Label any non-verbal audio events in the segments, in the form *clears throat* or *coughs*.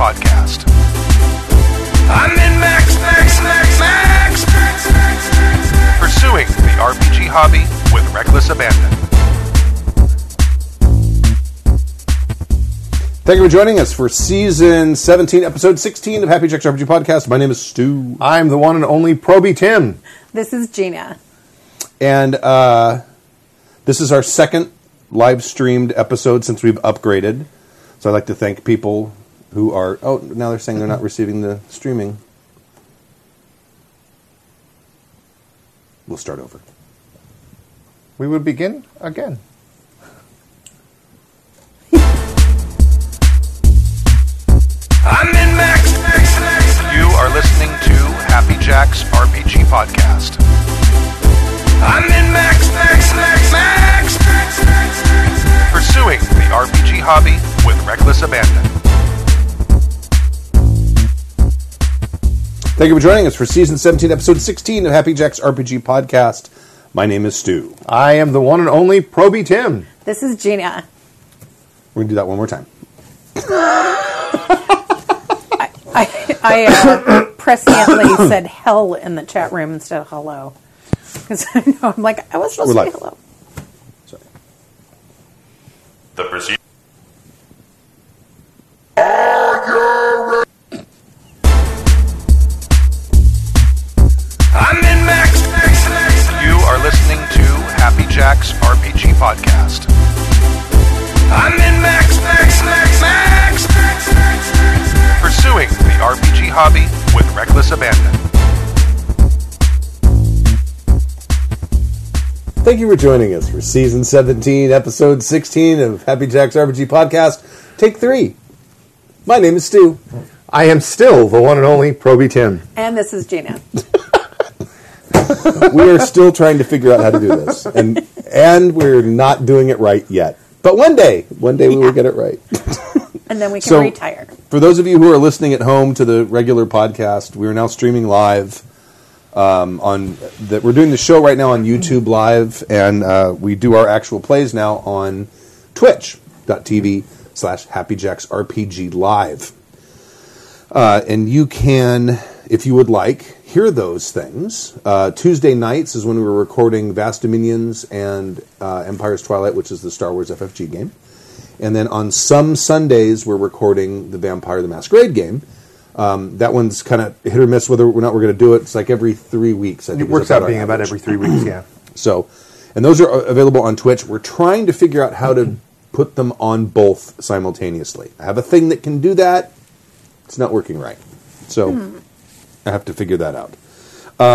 podcast. I'm in Max, Max, Max, Max, Max, Max, Max, Max. Pursuing the RPG hobby with reckless abandon. Thank you for joining us for season 17, episode 16 of Happy Jack's RPG Podcast. My name is Stu. I'm the one and only Proby Tim. This is Gina. And uh, this is our second live streamed episode since we've upgraded. So I'd like to thank people who are. Oh, now they're saying they're not receiving the streaming. We'll start over. We will begin again. I'm in Max, Max, Max, Max. You are listening to Happy Jack's RPG podcast. I'm in Max, Max, Max, Max, Max, Max, Max, Max. Pursuing the RPG hobby with reckless abandon. Thank you for joining us for season 17, episode 16 of Happy Jack's RPG Podcast. My name is Stu. I am the one and only Proby Tim. This is Gina. We're going to do that one more time. I, I uh, presciently *coughs* said hell in the chat room instead of hello. Because *laughs* I know I'm like, I was supposed We're live. to say hello. Sorry. The procedure. I'm in Max, Max, Max. You are listening to Happy Jack's RPG podcast. I'm in Max, Max, Max, Max, Max, Max, Max, Max. Pursuing the RPG hobby with reckless abandon. Thank you for joining us for season 17, episode 16 of Happy Jack's RPG Podcast, take three. My name is Stu. I am still the one and only Proby Tim. And this is Gina. We are still trying to figure out how to do this, and, and we're not doing it right yet. But one day, one day we will get it right. And then we can So- retire. For those of you who are listening at home to the regular podcast, we are now streaming live um, on that. We're doing the show right now on YouTube Live, and uh, we do our actual plays now on Twitch.tv slash Happy Jacks RPG Live. Uh, and you can, if you would like, hear those things. Uh, Tuesday nights is when we were recording Vast Dominions and uh, Empire's Twilight, which is the Star Wars FFG game. And then on some Sundays, we're recording the Vampire the Masquerade game. Um, that one's kind of hit or miss whether or not we're going to do it. It's like every three weeks. I think It is works out our being about average. every three weeks, yeah. So, and those are available on Twitch. We're trying to figure out how to put them on both simultaneously. I have a thing that can do that. It's not working right. So, I have to figure that out. Um,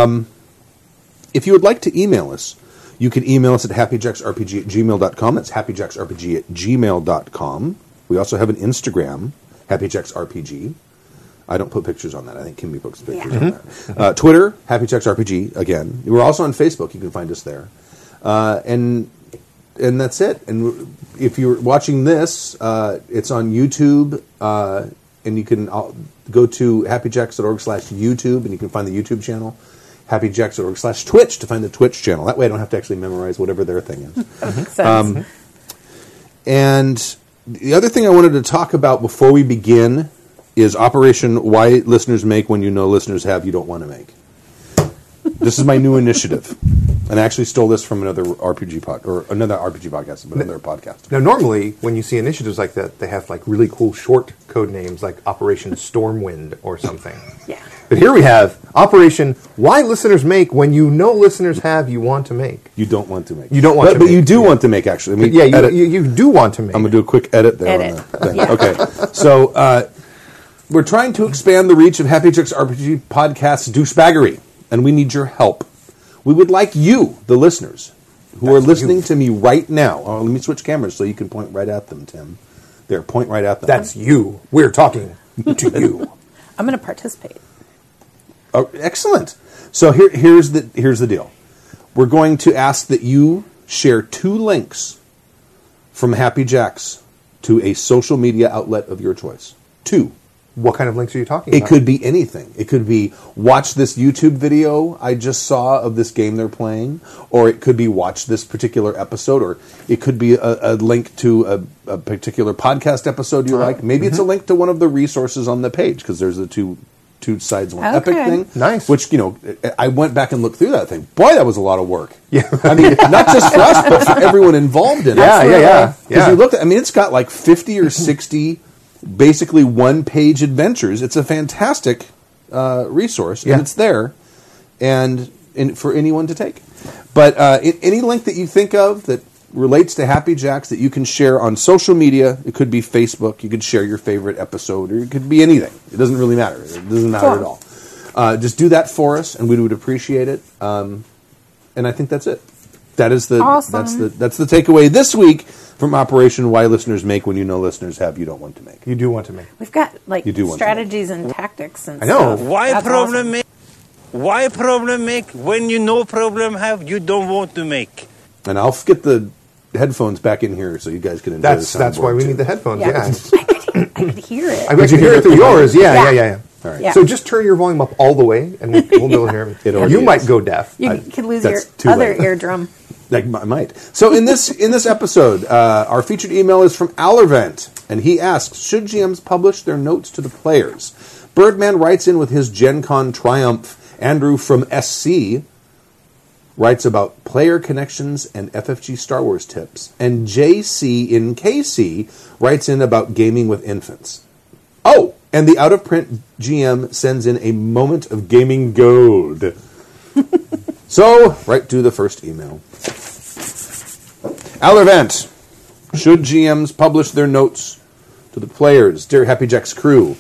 if you would like to email us, you can email us at happyjacksrpg at gmail.com. That's happyjacksrpg at gmail.com. We also have an Instagram, happyjacksrpg. I don't put pictures on that. I think Kimmy puts pictures on that. Uh, Twitter, Happy Checks RPG again. We're also on Facebook. You can find us there. Uh, and and that's it. And w- if you're watching this, uh, it's on YouTube, uh, and you can uh, go to happyjacks.org slash YouTube, and you can find the YouTube channel, happyjacks.org slash Twitch to find the Twitch channel. That way I don't have to actually memorize whatever their thing is. Makes Um, sense. mm-hmm. And the other thing I wanted to talk about before we begin is Operation Why Listeners Make When You Know Listeners Have You Don't Want to Make. This is my new initiative. And I actually stole this from another RPG pod or another RPG podcast, but another podcast. Now, normally, when you see initiatives like that, they have like really cool short code names like *laughs* Operation Stormwind or something. yeah. But here we have Operation Why Listeners Make When You Know Listeners Have You Want to Make. You don't want to make. You don't want but, to but make, you do yeah. want to make actually. I mean, Yeah, you, edit. you, you do want to make. I'm gonna do a quick edit there. Edit. On the thing. Yeah. Okay, so uh, we're trying to expand the reach of Happy Chicks RPG podcast douchebaggery, and we need your help. We would like you, the listeners, who are listening to me right now. Oh, let me switch cameras so you can point right at them, Tim. There, point right at them. That's you. We're talking to you. I'm going to participate. Oh, excellent. So here, here's the here's the deal. We're going to ask that you share two links from Happy Jacks to a social media outlet of your choice. Two. What kind of links are you talking It about? could be anything. It could be watch this YouTube video I just saw of this game they're playing, or it could be watch this particular episode, or it could be a, a link to a, a particular podcast episode you like. Maybe Mm-hmm. it's a link to one of the resources on the page because there's the two two sides one epic Okay. thing. Nice. Which you know, I I went back and looked through that thing. Boy, that was a lot of work. Yeah. I mean, not just for us, but *laughs* for everyone involved in it. Yeah, yeah, yeah, Because yeah. you looked at, I mean, it's got like 50 or 60 basically one page adventures. It's a fantastic uh, resource, Yeah. and it's there and in, for anyone to take. But uh, i any link that you think of that relates to Happy Jacks that you can share on social media, it could be Facebook, you could share your favorite episode, or it could be anything. It doesn't really matter. It doesn't matter Sure. at all. Uh, just do that for us, and we would appreciate it. Um, and I think that's it. That is the Awesome. that's the that's the takeaway this week from Operation Why listeners make when you know listeners have you don't want to make. you do want to make. We've got like You do want to. strategies and tactics and I know. stuff. Why That's problem awesome. make? Why problem make when you no problem have you don't want to make? And I'll get the headphones back in here so you guys can enjoy That's the that's soundboard, why we too. need the headphones. Yeah. *laughs* Yeah, I could, I could hear it. I mean, I you can hear hear it it through through yours. Yeah, Yeah. yeah, yeah. yeah. All right. Yeah. So just turn your volume up all the way, *laughs* and we'll, we'll be able to hear It everything. already You might is. go deaf. you I- could lose your that's too other late. eardrum. Like I might. So in this in this episode, uh, our featured email is from Allervent, and he asks, "Should GMs publish their notes to the players?" Birdman writes in with his Gen Con triumph. Andrew from SC writes about player connections and FFG Star Wars tips, and JC in KC writes in about gaming with infants. Oh, and the out of print GM sends in a moment of gaming gold. So, right to the first email. Allervant, should GMs publish their notes to the players? Dear Happy Jack's crew,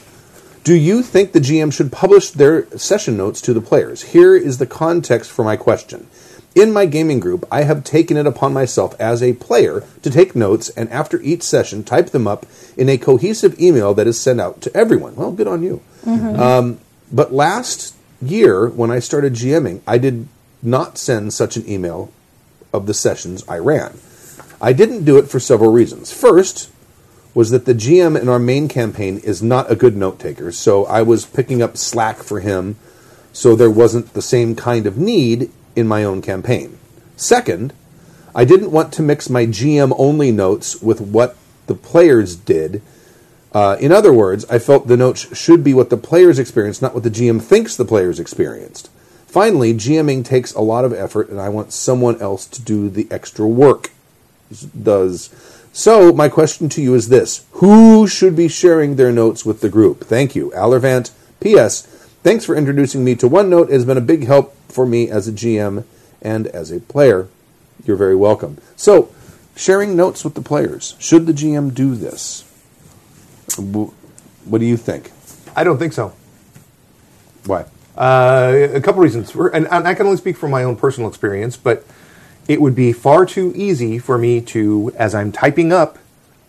do you think the GM should publish their session notes to the players? Here is the context for my question. In my gaming group, I have taken it upon myself as a player to take notes and after each session type them up in a cohesive email that is sent out to everyone. Well, good on you. Um, But last year, when I started GMing, I did not send such an email of the sessions I ran. I didn't do it for several reasons. First was that the GM in our main campaign is not a good note taker, so I was picking up slack for him, so there wasn't the same kind of need in my own campaign. Second, I didn't want to mix my GM only notes with what the players did uh, in other words, I felt the notes should be what the players experienced, not what the GM thinks the players experienced. Finally, GMing takes a lot of effort, and I want someone else to do the extra work. s- Does so? My question to you is this: Who should be sharing their notes with the group? Thank you, Allervant. P.S. Thanks for introducing me to OneNote. It has been a big help for me as a GM and as a player. You're very welcome. So, sharing notes with the players. Should the GM do this? What do you think? I don't think so. Why? Uh, a couple reasons, We're- and, and I can only speak from my own personal experience, but it would be far too easy for me to, as I'm typing up,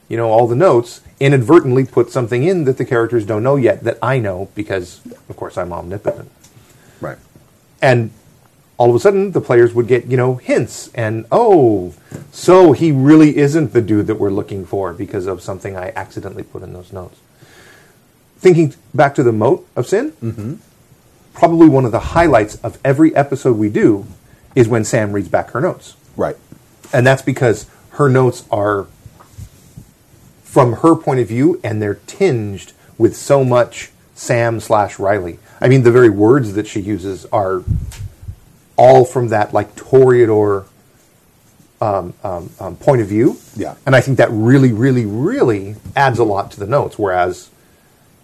you know, all the notes, inadvertently put something in that the characters don't know yet that I know because, of course, I'm omnipotent. Right. and all of a sudden the players would get you know hints and oh so he really isn't the dude that we're looking for because of something i accidentally put in those notes thinking back to the moat of sin probably one of the highlights of every episode we do is when sam reads back her notes Right. and that's because her notes are from her point of view and they're tinged with so much sam slash riley i mean the very words that she uses are all from that like toreador um, um, um, point of view Yeah. and i think that really really really adds a lot to the notes whereas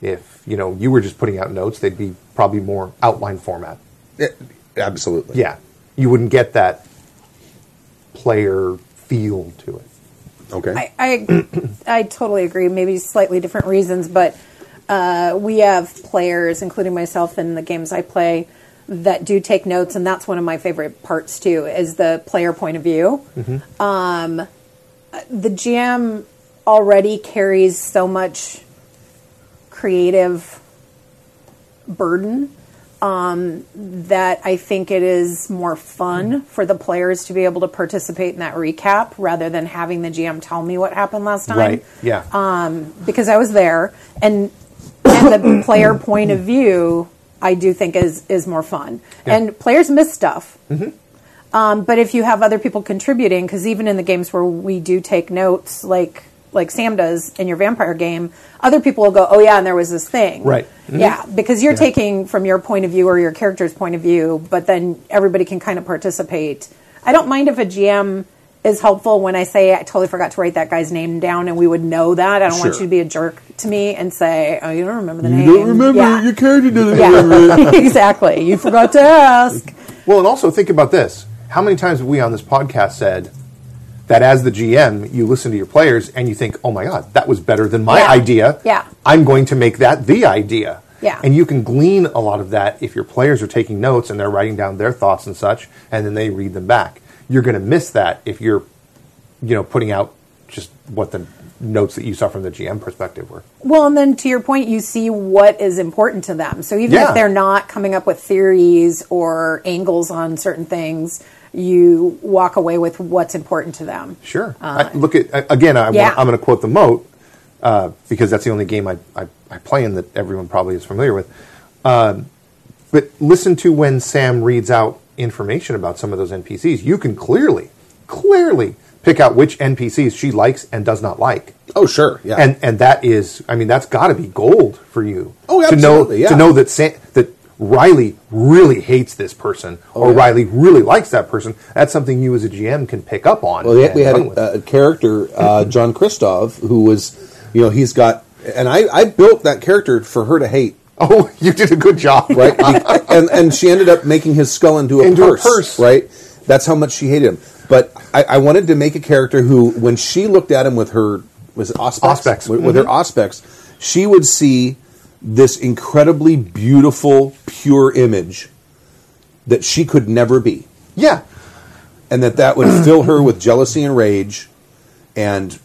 if you know you were just putting out notes they'd be probably more outline format absolutely. yeah you wouldn't get that player feel to it Okay. I, I *coughs* I totally agree. Maybe slightly different reasons, but uh, we have players, including myself, in the games I play that do take notes, and that's one of my favorite parts too. Is the player point of view. Um, the GM already carries so much creative burden um, that I think it is more fun for the players to be able to participate in that recap rather than having the GM tell me what happened last time Right. Yeah. because I was there and and the player point of view, I do think is is more fun. And players miss stuff. Um, but if you have other people contributing, because even in the games where we do take notes, like like Sam does in your vampire game, other people will go, "Oh yeah, and there was this thing." Right. Mm-hmm. Mhm. Yeah, because you're taking from your point of view or your character's point of view, but then everybody can kind of participate. I don't mind if a GM is helpful when I say I totally forgot to write that guy's name down, and we would know that. I don't want Sure. you to be a jerk to me and say, "Oh, you don't remember the You name." don't remember. Yeah. Your character doesn't remember. yeah. *laughs* exactly. You forgot to ask. Well, and also think about this. How many times have we on this podcast said that as the GM, you listen to your players and you think, oh my God, that was better than my Yeah. idea. Yeah. I'm going to make that the idea. Yeah. And you can glean a lot of that if your players are taking notes and they're writing down their thoughts and such, and then they read them back. You're going to miss that if you're, you know, putting out just what the notes that you saw from the GM perspective were. Well, and then to your point, you see what is important to them. So even Yeah. if they're not coming up with theories or angles on certain things, you walk away with what's important to them. Sure. I, look at I- again. I yeah. want, I'm going to quote the moat uh, because that's the only game I, I, I play in that everyone probably is familiar with. Um but listen to when Sam reads out information about some of those NPCs. You can clearly, clearly pick out which NPCs she likes and does not like. Oh sure, yeah. And and that is, I mean, that's got to be gold for you. Oh, To know absolutely, yeah. to know that Sa- that Riley really hates this person, or Oh, yeah. Riley really likes that person. That's something you as a GM can pick up on. Well, yeah, and we had run with. a, a character, uh, John Kristoff, who was, you know, he's got, and I, I built that character for her to hate, Oh, *laughs* you did a good job. *laughs* right? Be- and and she ended up making his skull into a, Into a purse, purse. right? That's how much she hated him. But I, I wanted to make a character who, when she looked at him with her was it auspex, Auspex, With, with her auspex, she would see this incredibly beautiful, pure image that she could never be. Yeah. and that that would fill her with jealousy and rage, and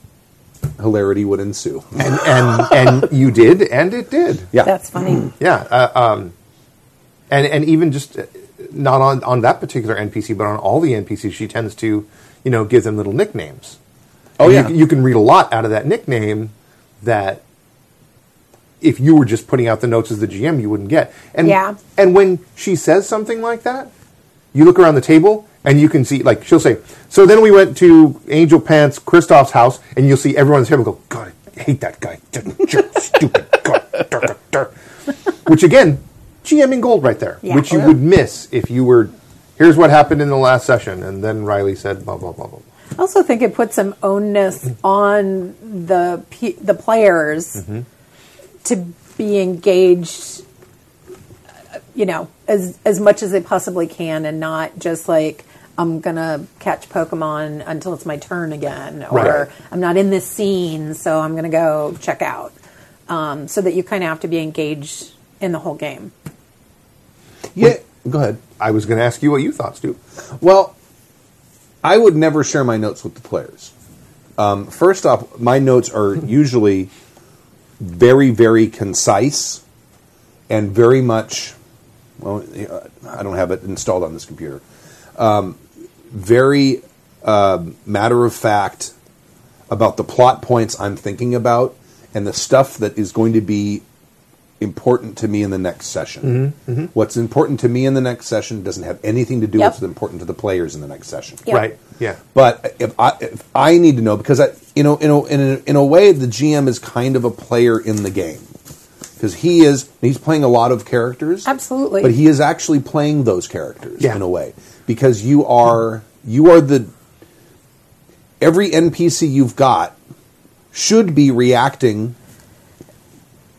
hilarity would ensue. And and and you did, and it did. Yeah, That's funny. Yeah. Uh, um, and and even just uh, not on on that particular NPC, but on all the NPCs, she tends to, you know, give them little nicknames. Oh, And yeah. You, you can read a lot out of that nickname that if you were just putting out the notes as the GM, you wouldn't get. And Yeah. and when she says something like that, you look around the table and you can see like she'll say, So then we went to Angel Pants Kristoff's house and you'll see everyone's table go, God, I hate that guy. *laughs* Jerk, stupid God. dur, dur, dur." Which again, GMing gold right there. Yeah. Which you would miss if you were here's what happened in the last session and then Riley said blah blah blah blah. blah." I also think it puts some onus on the pe- the players to be engaged, uh, you know, as as much as they possibly can, and not just like I'm gonna catch Pokemon until it's my turn again, or Right. I'm not in this scene, so I'm gonna go check out. Um, so that you kind of have to be engaged in the whole game. yeah. Go ahead. I was gonna ask you what you thought, Stu. Well, I would never share my notes with the players. Um, first off, my notes are usually very, very concise and very much. Well, I don't have it installed on this computer. Um, very um matter of fact about the plot points I'm thinking about and the stuff that is going to be important to me in the next session. What's important to me in the next session doesn't have anything to do Yep. with what's important to the players in the next session. Yeah. Right. Yeah. But if I if I need to know because I you know in a, in a, in a way the GM is kind of a player in the game because he is he's playing a lot of characters Absolutely. but he is actually playing those characters Yeah. in a way because you are you are the every NPC you've got should be reacting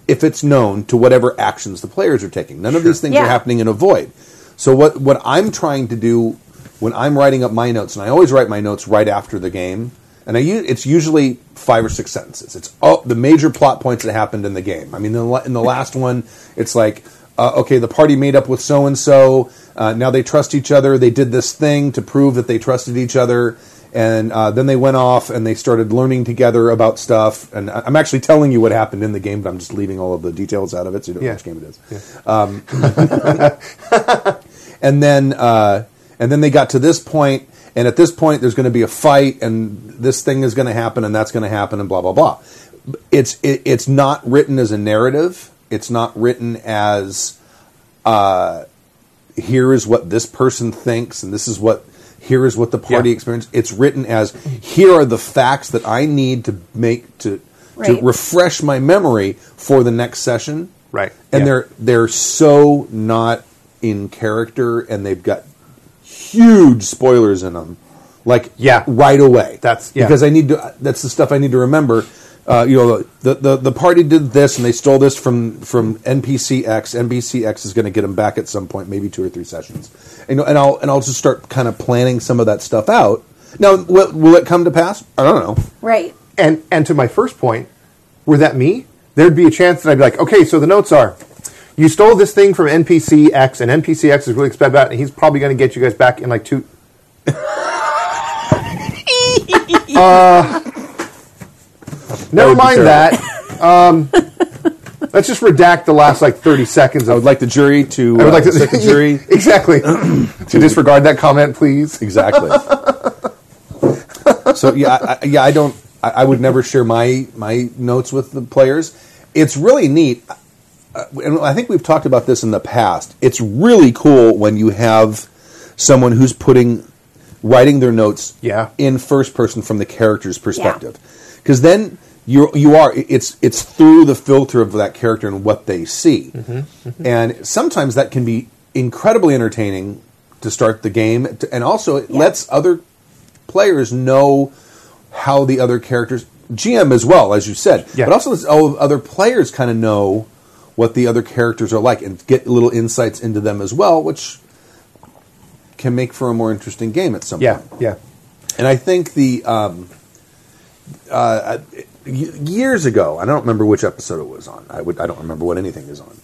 if it's known to whatever actions the players are taking. None of these things are Yeah. happening in a void. So what what I'm trying to do when I'm writing up my notes, and I always write my notes right after the game, and I u- it's usually five or six sentences. It's all the major plot points that happened in the game. I mean, in the, la- in the last one, it's like. Uh, okay, the party made up with so and so. Now they trust each other. They did this thing to prove that they trusted each other, and uh, then they went off and they started learning together about stuff. And I- I'm actually telling you what happened in the game, but I'm just leaving all of the details out of it, so you don't know Yeah. which game it is. Um, and then uh, and then they got to this point, and at this point, there's going to be a fight, and this thing is going to happen, and that's going to happen, and blah blah blah. It's it, it's not written as a narrative. It's not written as uh, here is what this person thinks, and this is what here is what the party Yeah. experience. It's written as here are the facts that I need to make to Right. to refresh my memory for the next session. Right. And Yeah. they're they're so not in character, and they've got huge spoilers in them. Like Yeah. right away. That's- yeah. because I need to. That's the stuff I need to remember. Uh, you know, the, the the party did this, and they stole this from from NPC X. NPC X is going to get them back at some point, maybe two or three sessions. And, you know, and I'll and I'll just start kind of planning some of that stuff out. Now, will, will it come to pass? I don't know. Right. And and to my first point, were that me, there'd be a chance that I'd be like, okay, so the notes are, you stole this thing from NPC X, and NPC X is really excited about, it, and he's probably going to get you guys back in *laughs* like two. uh, never would be mind terrible. that. Um, let's just redact the last like thirty seconds. Of, I would like the jury to. I would like *laughs* uh, set the jury. exactly to disregard that comment, please. *laughs* Exactly. so yeah, I, I- yeah, I don't. I, I would never share my my notes with the players. It's really neat, uh, and I think we've talked about this in the past. It's really cool when you have someone who's putting writing their notes Yeah. in first person from the character's perspective, because then. You, you are it's it's through the filter of that character and what they see Mm-hmm. and sometimes that can be incredibly entertaining to start the game t- and also it Yeah. lets other players know how the other characters gm as well as you said Yeah. but also lets all other players kind of know what the other characters are like and get little insights into them as well which can make for a more interesting game at some Yeah, point yeah. and I think the um, uh, y- years ago, I don't remember which episode it was on. I would, I don't remember what anything is on,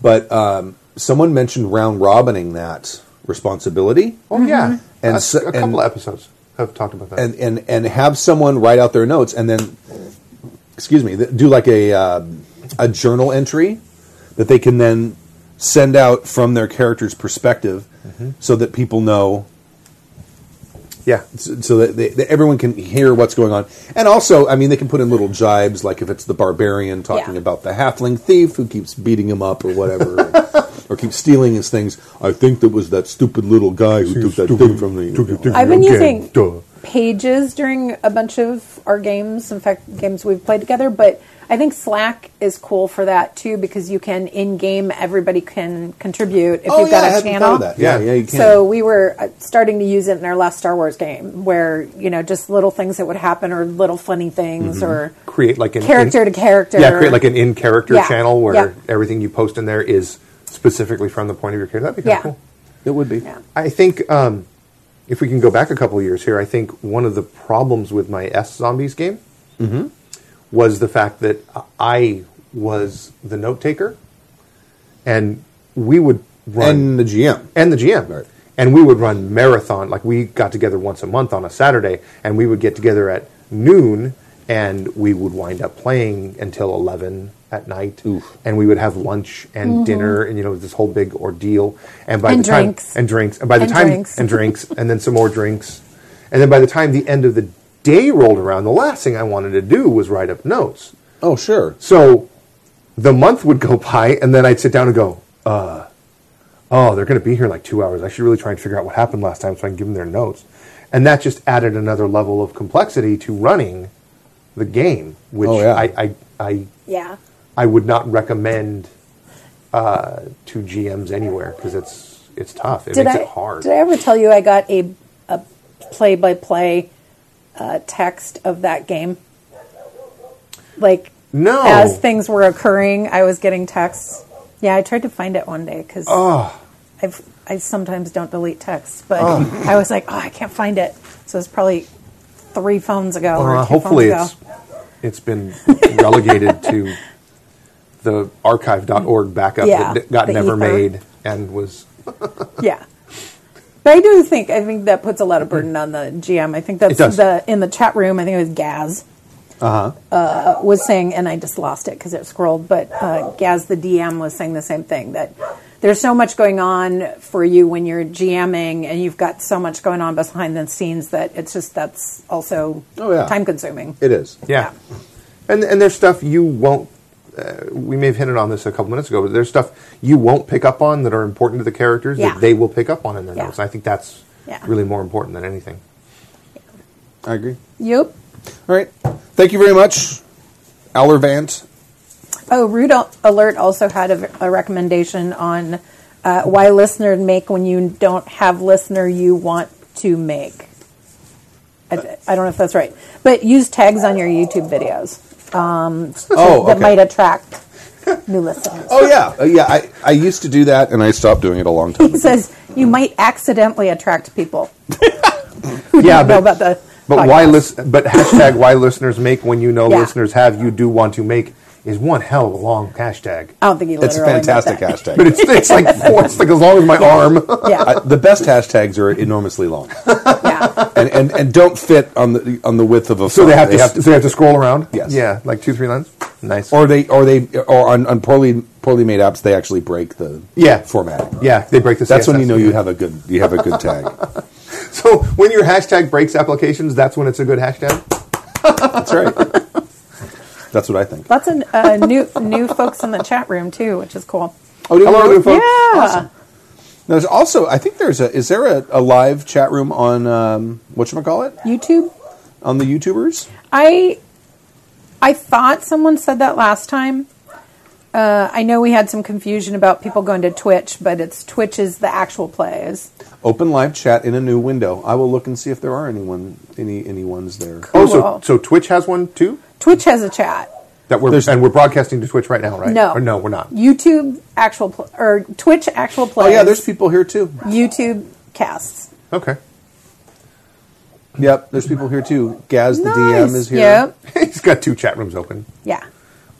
but um, someone mentioned round robining that responsibility, Oh yeah, Mm-hmm. And and a, so- a couple and- episodes have talked about that. and and and have someone write out their notes, and then, excuse me, th- do like a um a journal entry that they can then send out from their character's perspective, so that people know yeah, so so that, they, that everyone can hear what's going on. And also, I mean, they can put in little jibes, like if it's the barbarian talking Yeah. about the halfling thief who keeps beating him up or whatever, *laughs* or keeps stealing his things. I think that was that stupid little guy who took that thing from me. I've been Okay, using duh. pages during a bunch of our games. In fact, games we've played together. But I think Slack is cool for that too because you can in game everybody can contribute if Oh, you've yeah, I got a hadn't channel. thought of that. Yeah, yeah, you can. So we were uh, starting to use it in our last Star Wars game, where you know just little things that would happen or little funny things Mm-hmm. or create like an character to character. Yeah, create like an in character Yeah, channel where yeah. everything you post in there is specifically from the point of your character. That'd be kind Yeah. of cool. It would be. I think um, if we can go back a couple of years here, I think one of the problems with my S Zombies game was the fact that I was the note taker, and we would run And the GM. and the GM. And we would run marathon. Like we got together once a month on a Saturday, and we would get together at noon, and we would wind up playing until eleven at night. Oof. And we would have lunch and dinner, and you know this whole big ordeal. And Mm-hmm. by And the time drinks. and drinks, and by the And time drinks. and drinks, *laughs* and then some more drinks, and then by the time the end of the day rolled around, the last thing I wanted to do was write up notes. Oh, sure. So the month would go by, and then I'd sit down and go, uh, oh, they're going to be here in like two hours. I should really try and figure out what happened last time so I can give them their notes. And that just added another level of complexity to running the game, which Oh, yeah. I, I, I, yeah. I would not recommend uh, to GMs anywhere because it's, it's tough. It makes I, it hard. Did I ever tell you I got a a play by play text of that game? Like No. as things were occurring, I was getting texts. Yeah, I tried to find it one day because I've I sometimes don't delete texts, but I was like, oh, I can't find it. So it's probably three phones ago. or Uh, two hopefully, phones it's ago. it's been relegated to the archive.org backup Yeah, that got the never ether. made and was Yeah. But I do think I think that puts a Mm-hmm. lot of burden on the GM. I think that's It does. the in the chat room. I think it was Gaz Uh-huh. uh, was saying, and I just lost it because it scrolled. But uh, Gaz, the DM, was saying the same thing that there's so much going on for you when you're GMing, and you've got so much going on behind the scenes that it's just that's also Oh, yeah. time consuming. It is. yeah. And and there's stuff you won't uh, we may have hinted on this a couple minutes ago, but there's stuff you won't pick up on that are important to the characters Yeah. that they will pick up on in their Yeah. notes. And I think that's Yeah. really more important than anything. I agree. Yep. All right. Thank you very much, *laughs* Allervant. Oh, Rude Al- Alert also had a, v- a recommendation on uh, why listener make when you don't have listener you want to make. I, I don't know if that's right, but use tags on your YouTube videos Oh, that okay. might attract new listeners. Oh yeah, Uh, yeah. I, I used to do that, and I stopped doing it a long time. *laughs* He says you might accidentally attract people *laughs* yeah, who know but, about the. but why podcast. listen? But hashtag why listeners make when you know Yeah. listeners have you do want to make is one hell of a long hashtag. I don't think he It's a literally meant fantastic that. But hashtag. it's, it's like *laughs* four, it's like as long as my arm. *laughs* *laughs* Yeah, I, the best hashtags are enormously long, yeah. and, and and don't fit on the on the width of a. So phone. they have to, It's- have to so they have to scroll around. Yes. Yeah, like two three lines. Nice. or they or they or on, on poorly poorly made apps they actually break the Yeah. formatting. yeah, they break the. That's when CSS. you know you have a good you have a good tag. So when your hashtag breaks applications, that's when it's a good hashtag. That's right. That's what I think. Lots of uh, new new folks in the chat room too, which is cool. Oh, do you Hello, know- new folks. Yeah. Now, There's also I think there's a is there a, a live chat room on um, what call it YouTube. on the YouTubers? I I thought someone said that last time. Uh, I know we had some confusion about people going to Twitch, but it's Twitch is the actual plays. Open live chat in a new window. I will look and see if there are anyone any any ones there. Oh, Cool. so so Twitch has one too. Twitch has a chat. That we're There's- and we're broadcasting to Twitch right now, right? No, or no, we're not. YouTube actual pl- or Twitch actual Oh plays. yeah, there's people here too. YouTube casts. Okay, *laughs* Yep, there's people here too. Gaz the DM is here. Yep. he's got two chat rooms open. Yeah.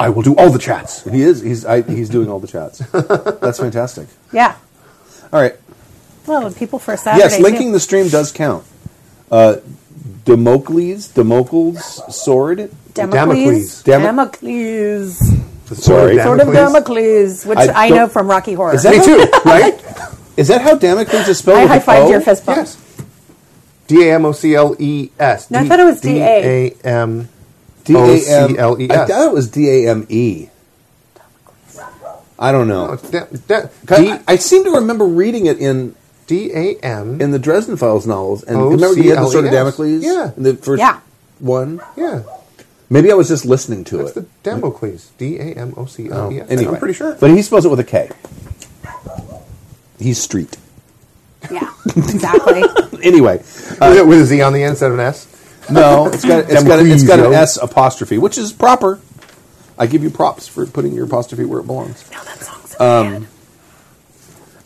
I will do all the chats. He is. He's I, he's doing all the chats. *laughs* That's fantastic. Yeah. All right. Well, the people for Saturday. yes, linking too. the stream does count. Uh, Democles, Democles sword. Damocles. Damocles. Dam- Damocles. Sorry. Sort of Damocles. Damocles, which I I, know don't- from Rocky Horror. *laughs* Is that- Me too, *laughs* right? Is that how Damocles is spelled? I with an high-fived O? your fist bump. yes. D a m o c l e s. No, I thought it was D D-A. a m. D A M I O-C-L-E-S. thought it was D A M E. I don't No, know. Oh, it's da- da- 'Cause D- I, I seem to remember reading it in D A M. in the Dresden Files novels, and remember you had the sword of O-C-L-E-S. Damocles. Yeah. in the first Yeah. one. Yeah, Maybe I was just listening to that's it. the Damocles. D A M O C Oh, L E S. anyway. I'm pretty sure. But he spells it with a K. He's street. Yeah, exactly. Anyway, With a- with a Z on the end instead of an S. no, it's got it's got it's got an Democles, yo. S apostrophe, which is proper. I give you props for putting your apostrophe where it belongs. no, that song's so um,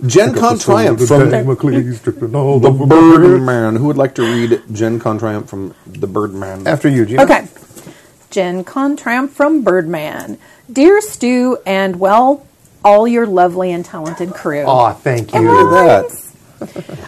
Gen Con Triumph from The Birdman. Who would like to read Gen Con Triumph from The Birdman? After you, Gina. Okay. Jen Contram from Birdman. Dear Stu and, well, all your lovely and talented crew. Aw, thank you. Look at that.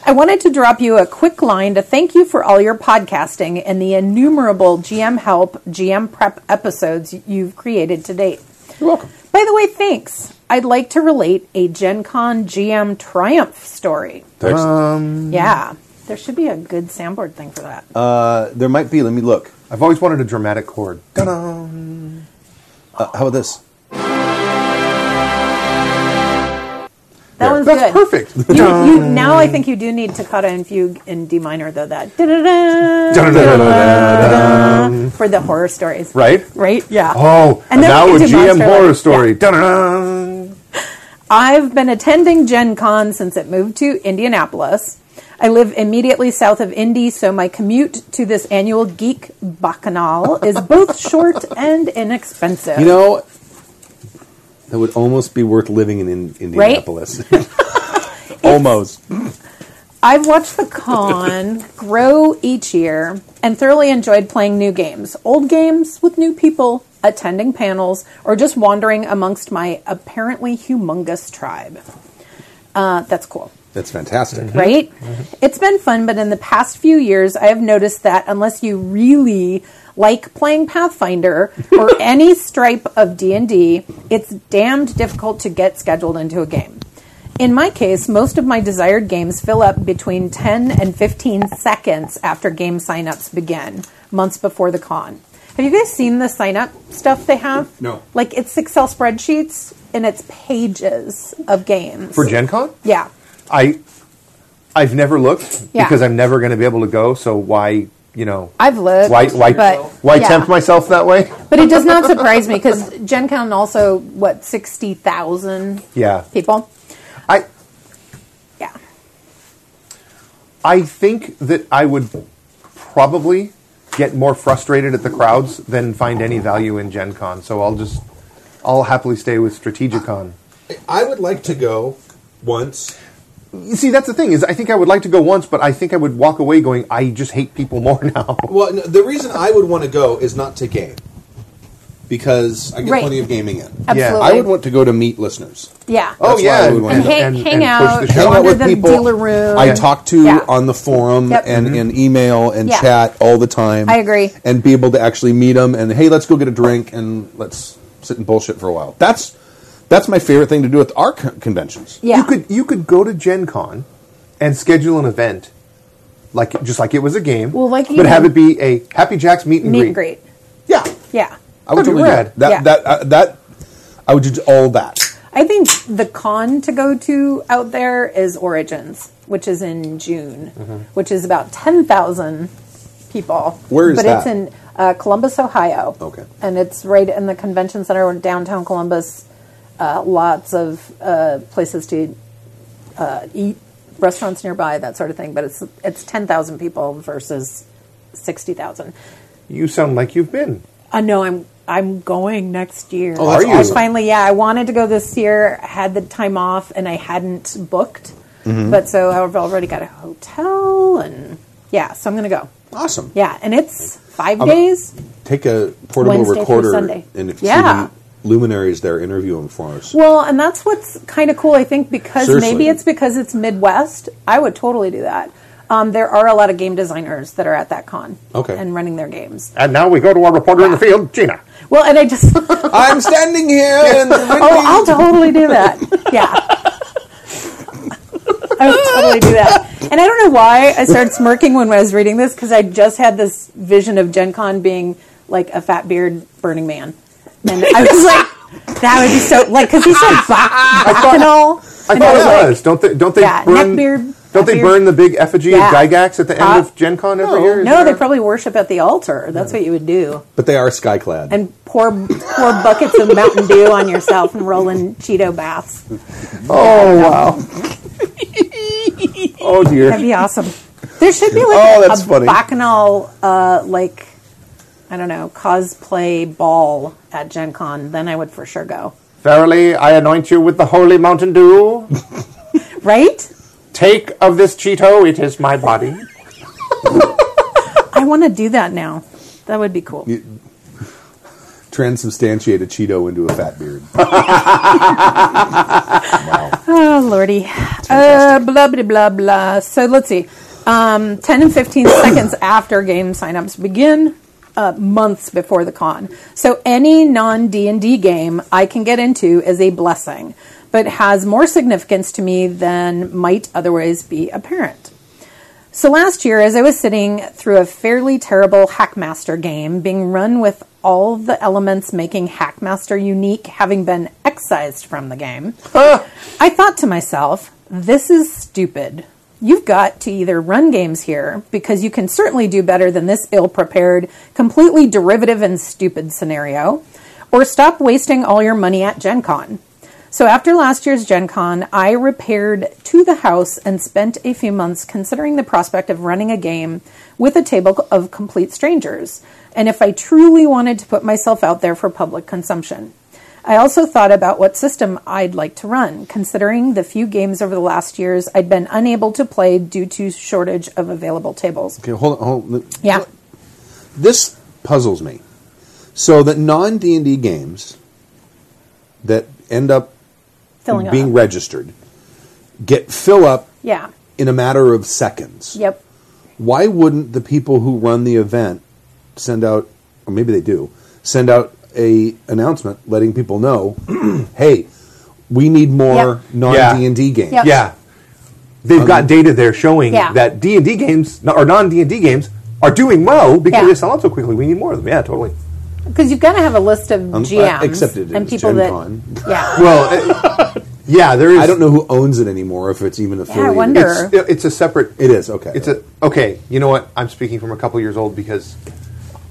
I wanted to drop you a quick line to thank you for all your podcasting and the innumerable GM help, GM prep episodes you've created to date. You're welcome. By the way, thanks. I'd like to relate a Gen Con GM triumph story. uh, Yeah. There should be a good soundboard thing for that. Uh, there might be. Let me look. I've always wanted a dramatic chord. Uh, how about this? that There. one's That's good. perfect. You, *laughs* you, now I think you do need Toccata and Fugue in D minor, though, that da-da-da, da-da-da, *laughs* for the horror stories. Right? Right? Yeah. Oh, and then now we a can do GM Monster horror Lab. story. Yeah. Dun-dun-dun. I've been attending Gen Con since it moved to Indianapolis. I live immediately south of Indy, so my commute to this annual Geek Bacchanal is both short and inexpensive. You know, that would almost be worth living in, in Indianapolis. *laughs* almost. I've watched the con grow each year and thoroughly enjoyed playing new games, old games with new people, attending panels, or just wandering amongst my apparently humongous tribe. Uh, that's cool That's fantastic. Mm-hmm. right? It's been fun, but in the past few years, I have noticed that unless you really like playing *laughs* Pathfinder or any stripe of D&D, it's damned difficult to get scheduled into a game. In my case, most of my desired games fill up between 10 and 15 seconds after game signups begin, months before the con. Have you guys seen the sign up stuff they have? No. Like it's Excel spreadsheets and it's pages of games. For Gen Con? yeah. I I've never looked Yeah. because I'm never going to be able to go. So why you know? I've looked. why why but, why yeah. tempt myself that way? But it does not surprise me because Gen Con also, what, 60,000 Yeah, people? I Yeah. I think that I would probably get more frustrated at the crowds than find any value in Gen Con. So I'll just I'll happily stay with Strategicon. I would like to go once. You see, that's the thing is I think I would like to go once, but I think I would walk away going I just hate people more *laughs* now. Well, no, the reason I would want to go is not to game because I get Right. plenty of gaming in. Absolutely. I would want to go to meet listeners. yeah. Oh That's why yeah, I would wanna and go. hang, and- hang and push out, the go shit hang out into with the people dealer room. I talk to Yeah. on the forum Yep. and Mhm. in email and Yeah. chat all the time. I agree. And be able to actually meet them and hey, let's go get a drink and let's sit and bullshit for a while. That's that's my favorite thing to do at our con- conventions. yeah. You could you could go to Gen Con and schedule an event like just like it was a game. Well, like you but have did. it be a Happy Jack's meet and meet greet. Yeah, and greet. Yeah. I would That'd be totally do rad. that. That Yeah. that uh, that I would do all that. I think the con to go to out there is Origins, which is in June, which is about 10,000 people. Where is but that? it's in uh, Columbus, Ohio. Okay. And it's right in the convention center in downtown Columbus. Uh, lots of uh, places to uh, eat, restaurants nearby, that sort of thing. But it's it's 10,000 people versus 60,000. You sound like you've been. Uh, no, I'm I'm going next year. Oh, that's Are you? I finally, yeah, I wanted to go this year. I had the time off, and I hadn't booked, Mm-hmm. but so I've already got a hotel, and yeah, so I'm gonna go. Awesome. Yeah, and it's 5 days. Take a portable Wednesday through recorder Sunday. and if Yeah. see the luminaries there, interview them for *laughs* us. Well, and that's what's kind of cool, I think, because Seriously. maybe it's because it's Midwest. I would totally do that. Um, there are a lot of game designers that are at that con, Okay. and running their games. And now we go to our reporter in the field, Gina. Well, and I just *laughs* I'm standing here and Oh, I'll totally do *laughs* that. Yeah. I would totally do that. And I don't know why I started smirking when I was reading this because I just had this vision of Gen Con being like a fat beard Burning Man. And I was like, that would be so, like, because *laughs* he's so black and all. I And thought I it was like, was. Don't they? Don't they Yeah, burn? neckbeard, don't they neckbeard. burn the big effigy Yeah. of Gygax at the end Huh? of Gen Con every year? Is no, they there- probably worship at the altar. That's what you would do. But they are skyclad. And pour, pour buckets of Mountain Dew on yourself and roll in Cheeto baths. Oh *laughs* wow. oh dear. That'd be awesome. There should be like Oh, that's a funny. bacchanal, uh, like I don't know, cosplay ball at Gen Con. Then I would for sure go. Verily, I anoint you with the holy Mountain Dew. Right? Take of this Cheeto; it is my body. I want to do that now. That would be cool. Transubstantiate a Cheeto into a fat beard. Oh lordy. Uh, blah blah blah blah. So let's see. Um, Ten and fifteen seconds after game signups begin, uh, months before the con. So any non D and D game I can get into is a blessing, but has more significance to me than might otherwise be apparent. So last year, as I was sitting through a fairly terrible Hackmaster game being run with all the elements making Hackmaster unique having been excised from the game, I thought to myself, this is stupid. You've got to either run games here because you can certainly do better than this ill prepared, completely derivative and stupid scenario, or stop wasting all your money at Gen Con. So after last year's Gen Con, I repaired to the house and spent a few months considering the prospect of running a game with a table of complete strangers, and if I truly wanted to put myself out there for public consumption. I also thought about what system I'd like to run, considering the few games over the last years I'd been unable to play due to shortage of available tables. Okay, hold on. Hold on. Yeah. This puzzles me. So that non D and D games that end up Filling being up. registered get fill up Yeah. in a matter of seconds. Yep. Why wouldn't the people who run the event send out, or maybe they do, send out a announcement letting people know, *clears throat* hey, we need more Yep. non D and D games. Yep. Yeah, they've got data there showing Yeah. that D and D games or non D and D games are doing well because Yeah. they sell out so quickly. We need more of them. Yeah, totally. because you've got to have a list of Um, GMs I accepted it and as people Gen that Con. yeah. Well, eh, yeah, there is. I don't know who owns it anymore. If it's even affiliated. wonder. It's, it's a separate. It is okay. It's a okay. You know what? I'm speaking from a couple years old because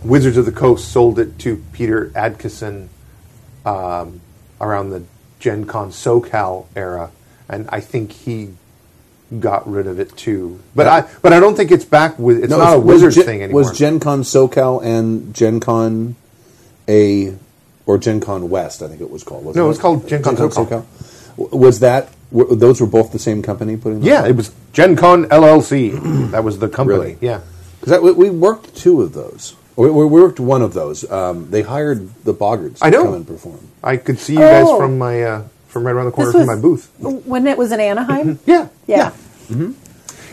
Wizards of the Coast sold it to Peter Adkison um, around the Gen Con SoCal era, and I think he got rid of it too. But I but I don't think it's back with. It's No, not a was Wizards Gen- thing anymore. Was Gen Con SoCal and Gen Con A or Gen Con West? I think it was called. wasn't No, it was called Gen Con SoCal. W- Was that? Were, those were both the same company putting. Them yeah, it was Gen *clears throat* Con LLC. that was the company. Really? Yeah. because we, we worked two of those. We, we worked one of those. Um, they hired the Boggarts I to know. come and perform. I could see you guys Oh. from my uh, from right around the corner This from was my booth. when it was in Anaheim. Mm-hmm. Yeah, Yeah. It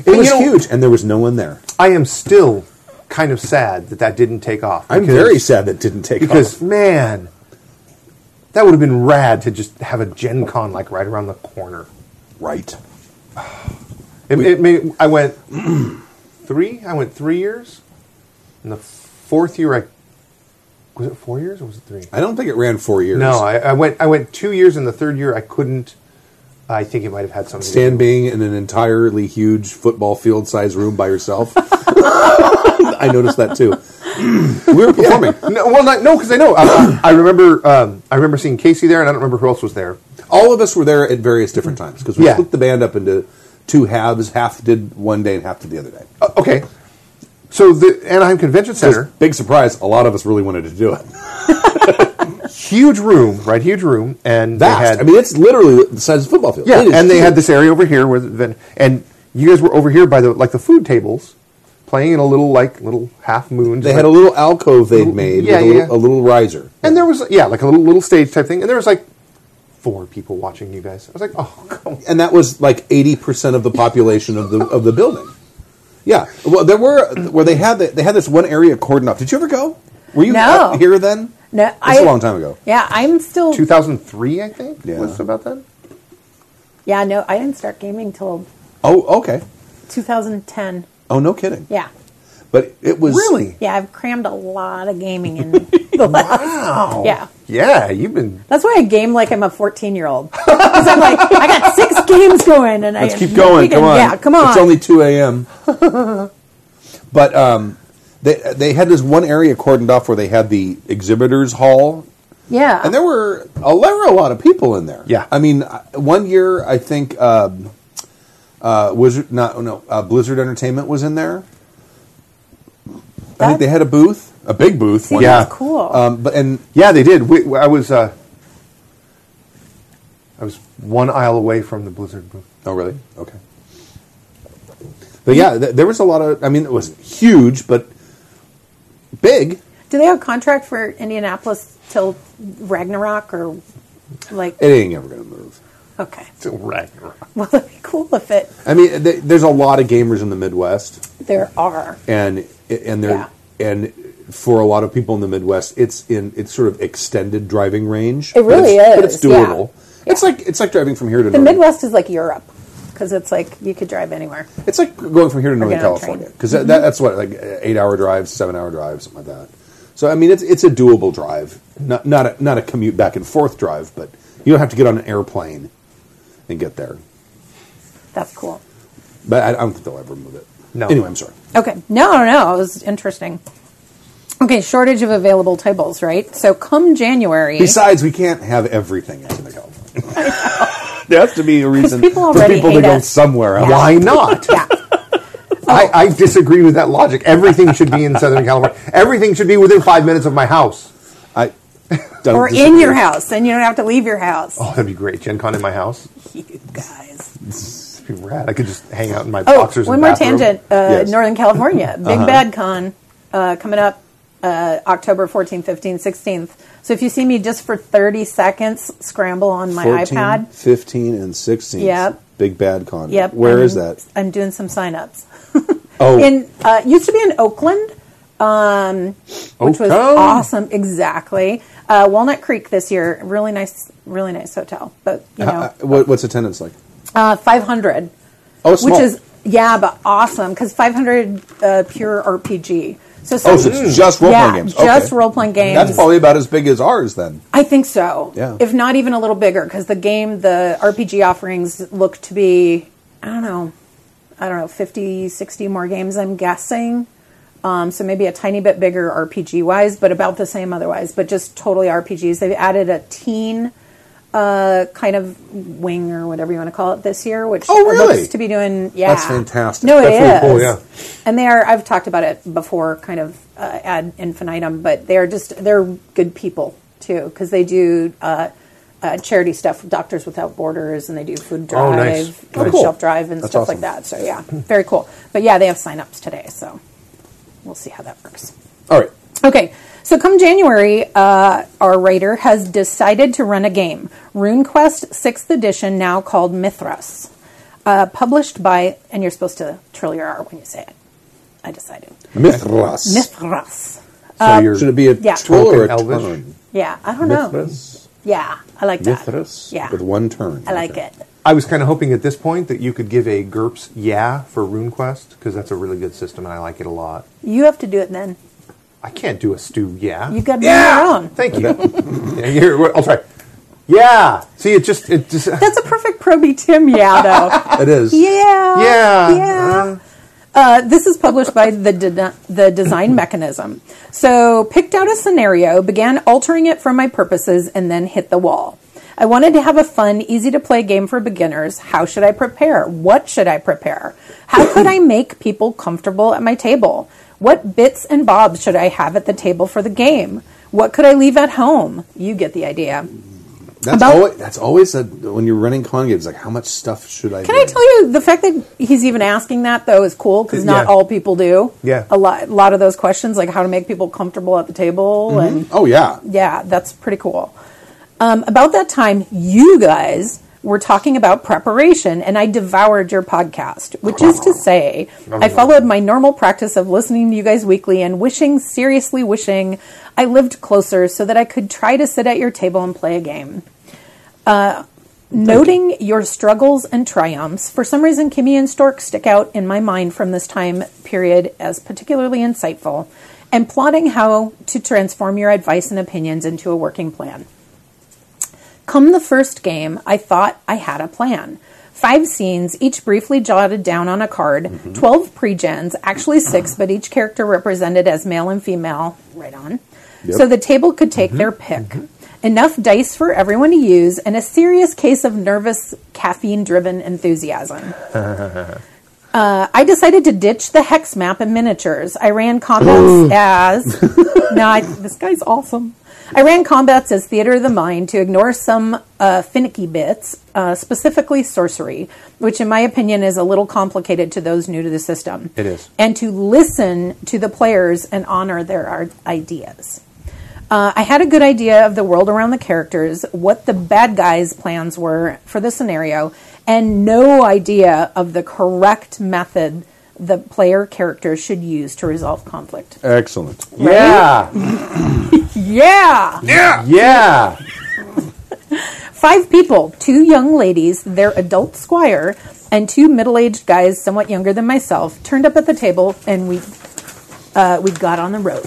It was huge, and there was no one there. I am still kind of sad that that didn't take off. I'm because- very sad that didn't take because off. man, that would have been rad to just have a Gen Con like right around the corner. Right. It, it may, I went *clears throat* three. I went three years, and the fourth year I was it four years or was it three? I don't think it ran four years. No, I, I went. I went two years, and the third year I couldn't. I think it might have had something. to Stan do- being in an entirely huge football field sized room by *laughs* herself. I noticed that too. we were performing. No, well, not, no, because I know. I, I remember. Um, I remember seeing Casey there, and I don't remember who else was there. All of us were there at various different times because we Yeah. split the band up into two halves. Half did one day and half did the other day. Uh, okay, so the Anaheim Convention 'Cause, Center. Big surprise, a lot of us really wanted to do it. huge room, right? Huge room, and Vast. they had I mean, it's literally the size of a football field. yeah, It is and they had huge. this area over here where then and you guys were over here by the like the food tables, playing in a little like little half moon. just They had a like- little alcove they'd made Yeah, with a yeah, little, yeah. a little riser. and there was yeah like a little little stage type thing, and there was like four people watching you guys. I was like, oh come on. and that was like eighty percent of the population of the of the building. Yeah, well, there were where they had the, they had this one area cordoned off. Did you ever go? Were you No. out here then? No, That's I- a long time ago. Yeah, I'm still. 2003, I think Yeah. was about then. Yeah, no, I didn't start gaming till Oh, okay. 2010. Oh, no kidding. Yeah, But it was Really? yeah, I've crammed a lot of gaming *laughs* in the last. Wow. Yeah, Yeah, you've been. that's why I game like I'm a 14 year old. Because I'm like, I got six *laughs* games going, and Let's I keep going. Weekend, Come on. yeah, come on. It's only two a.m. but um, they they had this one area cordoned off where they had the exhibitors hall yeah, and there were a, there were a lot of people in there. Yeah. I mean, I- one year I think um, uh, Wizard, not no, uh, Blizzard Entertainment was in there. I That- think they had a booth, a big booth. See, one Yeah. that's cool. Um, but and Yeah, they did. We, I was. Uh, I was one aisle away from the Blizzard booth. oh really? Okay. But yeah, th- there was a lot of. I mean, it was huge, but big. Do they have a contract for Indianapolis till Ragnarok or like? It ain't ever gonna move. Okay, Still Ragnarok. well, it'd be cool if it I mean, th- there's a lot of gamers in the Midwest. there are. and and they're and for a lot of people in the Midwest, it's in it's sort of extended driving range. It really but it's, But is, it's doable. It's Yeah. like it's like driving from here to The Northern- Midwest is like Europe because it's like you could drive anywhere. It's like going from here to Northern getting on a California train. because that, that's what like eight hour drive, seven hour drive, something like that. So I mean, it's it's a doable drive, not not a, not a commute back and forth drive, but you don't have to get on an airplane and get there. That's cool. But I, I don't think they'll ever move it. No. Anyway, I'm sorry. Okay. No, no, it was interesting. Okay, shortage of available tables, right? So come January, Besides, we can't have everything in Southern *laughs* California. *laughs* there has to be a reason people for already people to hate go us. somewhere else. *laughs* Why not? *laughs* yeah, Oh. I, I disagree with that logic. Everything *laughs* should be in Southern California. Everything should be within five minutes of my house. I don't or in disagree. your house, and you don't have to leave your house. Oh, that'd be great. Gen Con in my house. You guys. It'd be rad. I could just hang out in my Oh, boxers. one and more bathroom. tangent. Uh, Yes. Uh-huh. *laughs* Northern California, Big Bad Con, uh, coming up uh, October 14th, 15th, 16th. So if you see me just for 30 seconds scramble on my 14, iPad, 15, and 16. Yep. Big Bad Con. yep. Where I'm- is that? I'm doing some signups. Oh, in uh, it used to be in Oakland, um, which was Oakland. awesome. Exactly, uh, Walnut Creek this year. Really nice, really nice hotel. But you uh, know, what, what's attendance like? uh, five hundred, Oh, it's small. which is yeah, but awesome because five hundred uh, pure RPG. So, Oh, some, so it's just role yeah, playing games. Okay. just role playing games. That's probably about as big as ours then. I think so. Yeah. If not even a little bigger, because the game, the RPG offerings look to be, I don't know, I don't know, 50, 60 more games, I'm guessing. Um, so maybe a tiny bit bigger RPG wise, but about the same otherwise, but just totally RPGs. They've added a teen uh, kind of wing or whatever you want to call it this year, which Oh, really? looks to be doing, yeah. That's fantastic. No, it is. That's really cool, And they are, I've talked about it before, kind of uh, ad infinitum, but they're just, they're good people too, because they do uh, uh, charity stuff, Doctors Without Borders, and they do food drive, Oh, nice. Oh, food cool. shelf drive, and That's stuff awesome. like that. So yeah, very cool. But yeah, they have signups today, so we'll see how that works. All right. Okay, so come January, uh, our writer has decided to run a game, RuneQuest 6th edition, now called Mithras, uh, published by, and you're supposed to trill your R when you say it. I decided. Mithras. Mithras. So you're Should it be a uh, yeah. twill or a Tolkien Elvish? turn? Yeah, I don't know. Mithras. Yeah, I like that. Mithras. Yeah, With one turn. I like Okay. it. I was kind of hoping at this point that you could give a GURPS yeah for RuneQuest because that's a really good system and I like it a lot. You have to do it then. I can't do a stew yeah. You've got to yeah! do your own. Thank you. *laughs* yeah, here, I'll try. Yeah. See, it just it just That's a perfect Proby Tim, yeah, though. It *laughs* is. yeah. yeah. Yeah. Uh, this is published by the de- the design mechanism. So picked out a scenario, began altering it for my purposes, and then hit the wall. I wanted to have a fun, easy to play game for beginners. How should I prepare? What should I prepare? How could I make people comfortable at my table? What bits and bobs should I have at the table for the game? What could I leave at home? You get the idea. That's About- always that's always a, when you're running con games. Like, how much stuff should I? Can I tell you the fact that he's even asking that though is cool because not Yeah. all people do. Yeah. a lot, a lot of those questions like how to make people comfortable at the table Mm-hmm. and Oh yeah. yeah, that's pretty cool. Um, about that time, you guys were talking about preparation, and I devoured your podcast, which is to say, I followed my normal practice of listening to you guys weekly and wishing, seriously wishing, I lived closer so that I could try to sit at your table and play a game. Uh, noting your struggles and triumphs, for some reason, Kimmy and Stork stick out in my mind from this time period as particularly insightful, and plotting how to transform your advice and opinions into a working plan. Come the first game, I thought I had a plan. Five scenes, each briefly jotted down on a card, 12 pre-gens, actually six, but each character represented as male and female, right on. So the table could take their pick. Enough dice for everyone to use, and a serious case of nervous, caffeine driven enthusiasm. Uh, I decided to ditch the hex map and miniatures. I ran combats as. *laughs* no, I, this guy's awesome. I ran combats as theater of the mind to ignore some uh, finicky bits, uh, specifically sorcery, which, in my opinion, is a little complicated to those new to the system. It is. And to listen to the players and honor their ar- ideas. Uh, I had a good idea of the world around the characters, what the bad guys' plans were for the scenario, and no idea of the correct method the player character should use to resolve conflict. Excellent. Yeah. Yeah! Yeah. Five people two young ladies, their adult squire, and two middle aged guys, somewhat younger than myself, turned up at the table and we, uh, we got on the road.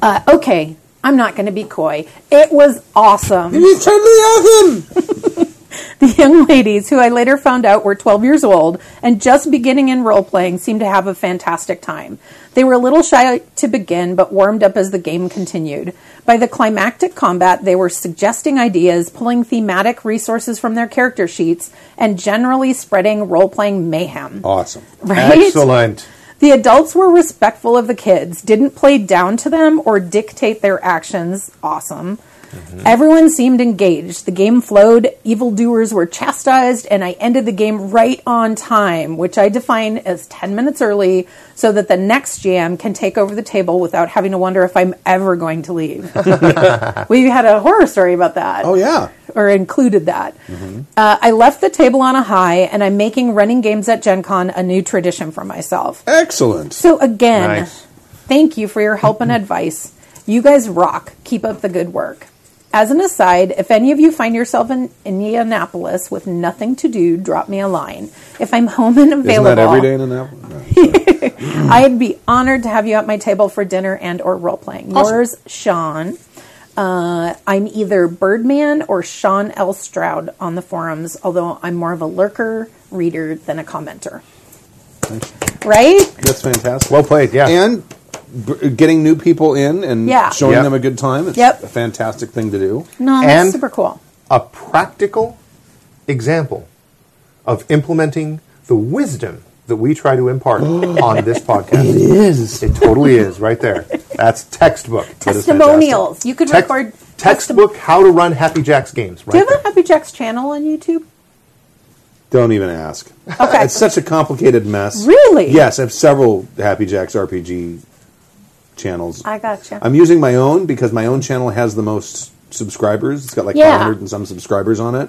Uh, okay, I'm not going to be coy. It was awesome. It's totally awesome. *laughs* The young ladies, who I later found out were 12 years old and just beginning in role playing, seemed to have a fantastic time. They were a little shy to begin, but warmed up as the game continued. By the climactic combat, they were suggesting ideas, pulling thematic resources from their character sheets, and generally spreading role playing mayhem. Awesome. *laughs* *laughs* Right? Excellent. The adults were respectful of the kids, didn't play down to them or dictate their actions. Awesome. Everyone seemed engaged. The game flowed, evildoers were chastised, and I ended the game right on time, which I define as 10 minutes early so that the next jam can take over the table without having to wonder if I'm ever going to leave. we had a horror story about that Oh yeah. or included that. Uh, I left the table on a high, and I'm making running games at Gen Con a new tradition for myself. Excellent. So, again, Nice. thank you for your help and advice. You guys rock. Keep up the good work. As an aside, if any of you find yourself in Indianapolis with nothing to do, drop me a line. If I'm home and Isn't available, that every day in an hour? No. I'd be honored to have you at my table for dinner and or role playing. Awesome. Yours, Sean. Uh, I'm either Birdman or Sean L. Stroud on the forums, although I'm more of a lurker reader than a commenter. Right? That's fantastic. Well played, yeah. And b- getting new people in and Yeah. showing Yep. them a good time. It's Yep. a fantastic thing to do. No, that's And- super cool. a practical example of implementing the wisdom that we try *gasps* to impart on this podcast. It is. It totally is, right there. That's textbook. That is fantastic. Testimonials. You could Tex- record textbook how to run Happy Jacks games. Right Do you have there. a Happy Jacks channel on YouTube? Don't even ask. Okay. it's such a complicated mess. Really? Yes, I have several Happy Jacks RPG channels. I gotcha. I'm using my own because my own channel has the most subscribers. It's got like Yeah. 500 and some subscribers on it.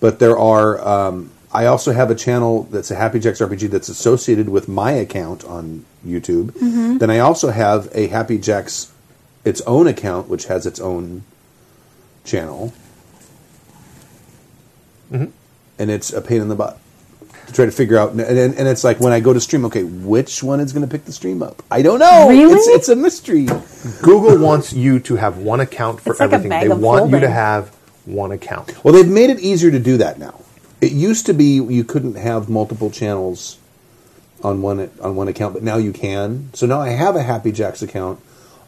But there are. Um, I also have a channel that's a Happy Jacks RPG that's associated with my account on YouTube. Mm-hmm. Then I also have a Happy Jacks its own account, which has its own channel. And it's a pain in the butt to try to figure out. And, and, and it's like when I go to stream, okay, which one is going to pick the stream up? I don't know. Really? It's, it's a mystery. Google wants you to have one account for It's like a everything. bag they of want you holding. to have one account. Well, they've made it easier to do that now. It used to be you couldn't have multiple channels on one on one account, but now you can. So now I have a Happy Jacks account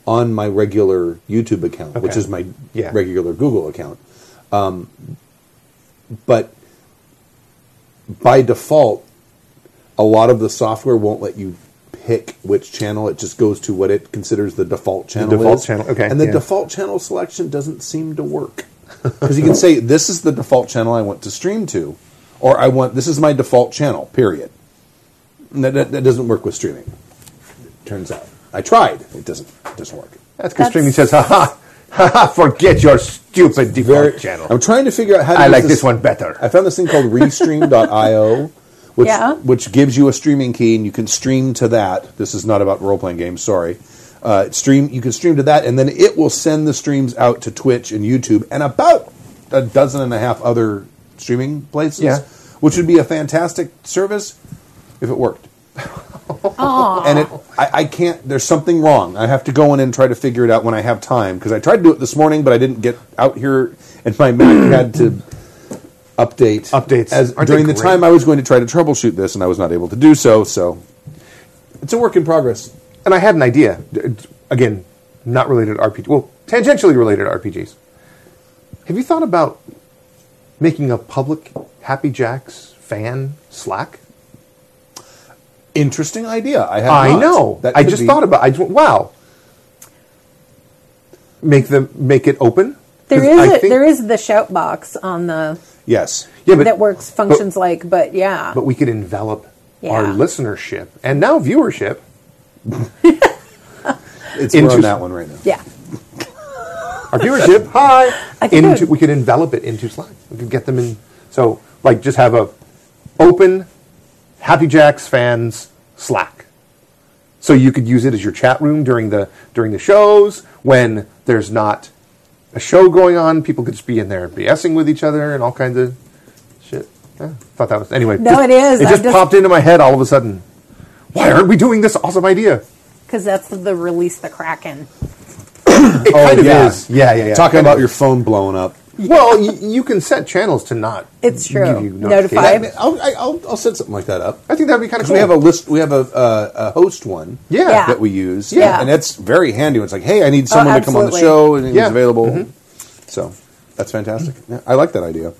on my regular YouTube account, which Okay. is my Yeah. regular Google account. Um, but by default, a lot of the software won't let you pick which channel. It just goes to what it considers the default channel. default is. channel, okay, And the yeah. default channel selection doesn't seem to work because you can say this is the default channel I want to stream to, or I want this is my default channel. Period. And that, that, that doesn't work with streaming. Turns out, I tried. It doesn't it doesn't work. That's because That's- streaming says, "Ha ha, ha ha! Forget your stupid default Very- channel." I'm trying to figure out how. To I use like this one better. I found this thing called Restream.io, which Yeah. which gives you a streaming key and you can stream to that. This is not about role playing games. Sorry. Uh, stream you can stream to that, and then it will send the streams out to Twitch and YouTube and about a dozen and a half other streaming places, Yeah. which would be a fantastic service if it worked. And it, I, I can't. There's something wrong. I have to go in and try to figure it out when I have time because I tried to do it this morning, but I didn't get out here, and my *clears throat* Mac had to update Updates. as Aren't they during the great? time I was going to try to troubleshoot this, and I was not able to do so. So it's a work in progress. and I had an idea. D- d- Again, not related to RPG. Well, tangentially related to RPGs. Have you thought about making a public Happy Jacks fan Slack? Interesting idea. I have I not. know. That I could just be- thought about. I just, wow. Make them make it open. 'Cause There is I a, think- there is the shout box on the Yes. yeah, but, that works functions like, but yeah, But we could envelop our Yeah. listenership and now viewership. It's we're on Interest- that one right now. yeah. our viewership. Hi. I think it Into, would- we could envelop it into Slack. We could get them in. So, like, just have a open Happy Jacks fans Slack. So you could use it as your chat room during the during the shows when there's not a show going on. People could just be in there BSing with each other and all kinds of shit. Yeah, thought that was anyway. No, just- it is. It I'm just just- popped into my head all of a sudden. Why aren't we doing this awesome idea? Because that's the release the Kraken. It kind of Oh, yeah. is. Yeah, yeah, yeah. Talking Kind of about is. your phone blowing up. Well, you, you can set channels to not. It's true. give you I, Notify. notifications. mean, I'll, I- I'll, I'll set something like that up. I think that'd be kind Because of cool. we have a list, we have a, uh, a host one, Yeah. Yeah. that we use, Yeah. and that's very handy. It's like, hey, I need someone to come on the absolutely. show, and he's Yeah. available. So that's fantastic. Yeah, I like that idea.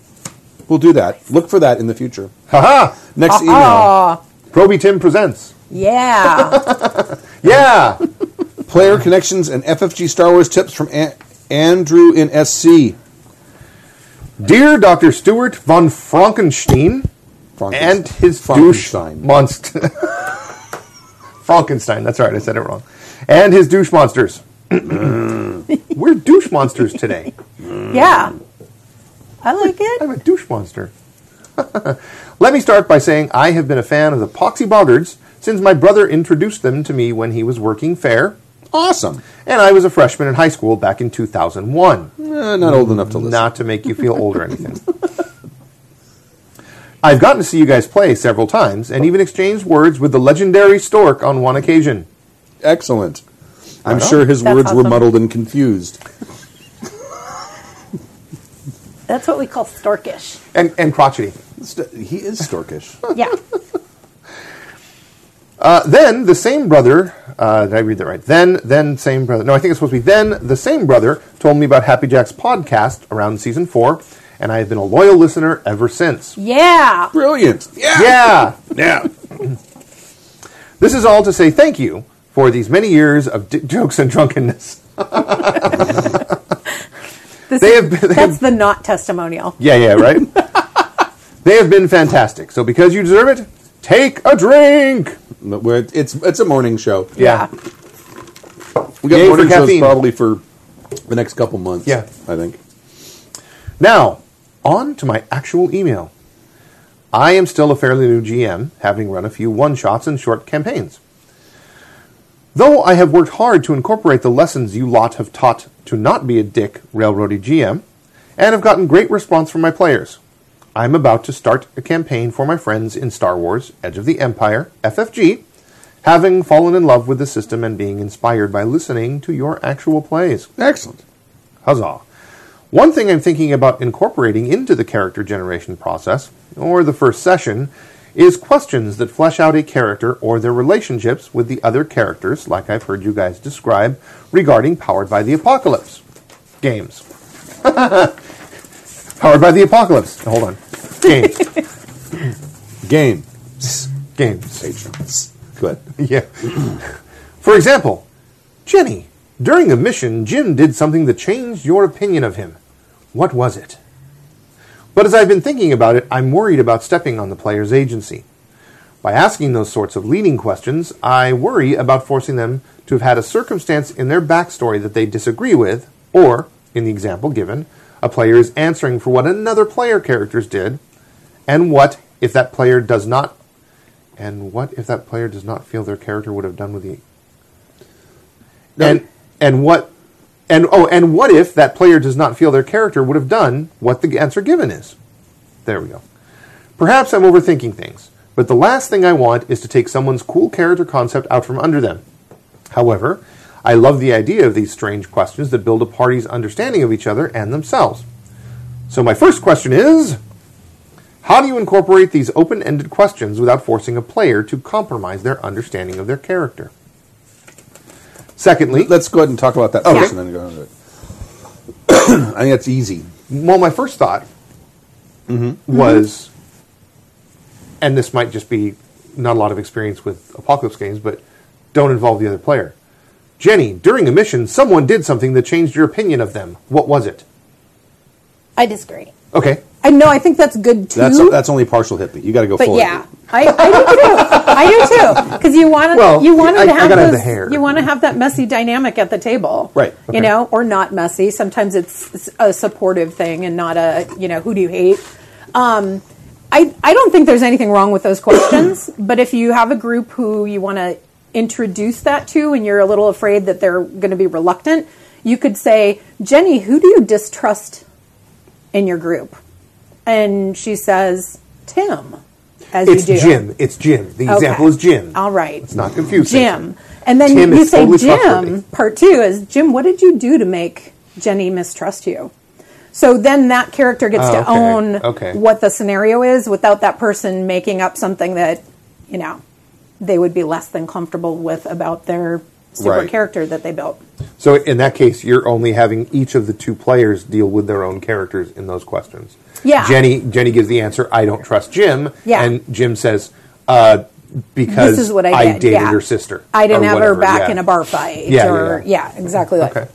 We'll do that. Look for that in the future. haha. Next Oh, Proby Tim presents. *laughs* yeah. Yeah, email: player connections and FFG Star Wars tips from An- Andrew in SC. dear Doctor Stuart von Frankenstein Frankenstein. and his douche Frankenstein. monster. *laughs* Frankenstein. That's right. I said it wrong. And his douche monsters. *clears throat* We're douche monsters today. yeah. I like it. I'm a douche monster. *laughs* Let me start by saying I have been a fan of the Poxy Boggards since my brother introduced them to me when he was working fair Awesome. And I was a freshman in high school back in 2001. Eh, not old enough to listen. Not to make you feel old or anything. *laughs* I've gotten to see you guys play several times and even exchanged words with the legendary Stork on one occasion. Excellent. I'm Right on. sure his That's words were awesome. muddled and confused. That's what we call storkish. And, and crotchety. St- He is storkish. Yeah. Uh, then the same brother, uh, did I read that right? Then, then same brother. No, I think it's supposed to be then the same brother told me about Happy Jack's podcast around season four, and I have been a loyal listener *laughs* ever since. Yeah. Brilliant. Yeah. Yeah. Yeah. This is all to say thank you for these many years of d- jokes and drunkenness. This They is- have been- they that's the not testimonial. Yeah, yeah, right? they have been fantastic. So because you deserve it, take a drink. But we're- It's it's a morning show. Yeah. We got Yay for morning shows caffeine. probably for the next couple months. Yeah. I think. Now, on to my actual email. I am still a fairly new GM, having run a few one shots and short campaigns. Though I have worked hard to incorporate the lessons you lot have taught to not be a dick, railroady GM, and have gotten great response from my players, I'm about to start a campaign for my friends in Star Wars Edge of the Empire, FFG, having fallen in love with the system and being inspired by listening to your actual plays. Excellent. Huzzah. One thing I'm thinking about incorporating into the character generation process, or the first session, is questions that flesh out a character or their relationships with the other characters, like I've heard you guys describe regarding Powered by the Apocalypse games. *laughs* Powered by the Apocalypse. Hold on. Games. Game. games. Patrons. Good. *laughs* Yeah. For example, Jenny, during a mission, Jim did something that changed your opinion of him. What was it? But as I've been thinking about it, I'm worried about stepping on the player's agency. By asking those sorts of leading questions, I worry about forcing them to have had a circumstance in their backstory that they disagree with, or, in the example given, a player is answering for what another player characters did, and what if that player does not and what if that player does not feel their character would have done with the and and what and oh and what if that player does not feel their character would have done what the answer given is? There we go. Perhaps I'm overthinking things, but the last thing I want is to take someone's cool character concept out from under them. However, I love the idea of these strange questions that build a party's understanding of each other and themselves. So my first question is how do you incorporate these open ended questions without forcing a player to compromise their understanding of their character? Secondly, Let's go ahead and talk about that Okay. first, and then go into it. *clears throat* I think that's easy. well, my first thought was, and this might just be not a lot of experience with apocalypse games, but don't involve the other player. Jenny, during a mission, someone did something that changed your opinion of them. What was it? I disagree. Okay. I know. I think that's good too. That's that's only partial hippie. You got to go. but full yeah, hippie. I, I do too. I do *laughs* too because you want to Well, you want I- I to have gotta have those- the hair. you want to have that messy dynamic at the table, Right, okay. You know, or not messy. Sometimes it's it's a supportive thing and not a you know who do you hate. Um, I I don't think there's anything wrong with those *coughs* questions, but if you have a group who you want to introduce that to and you're a little afraid that they're going to be reluctant, you could say, Jenny, who do you distrust in your group? And she says, Tim. As It's you do. Jim. It's Jim. The example is Jim. All right. It's not confusing. Jim. And then Tim you is say, totally trustworthy. Jim, part two is, Jim, what did you do to make Jenny mistrust you? So then that character gets Oh, to okay. own Okay. what the scenario is without that person making up something that, you know, they would be less than comfortable with about their super Right. character that they built. So in that case, you're only having each of the two players deal with their own characters in those questions. Yeah. Jenny Jenny gives the answer, "I don't trust Jim." Yeah. And Jim says, uh, "Because This is what I, did. dated yeah. her sister. I didn't or have whatever, her back yeah. in a bar fight. Yeah, yeah, or, yeah. exactly. Like, Okay.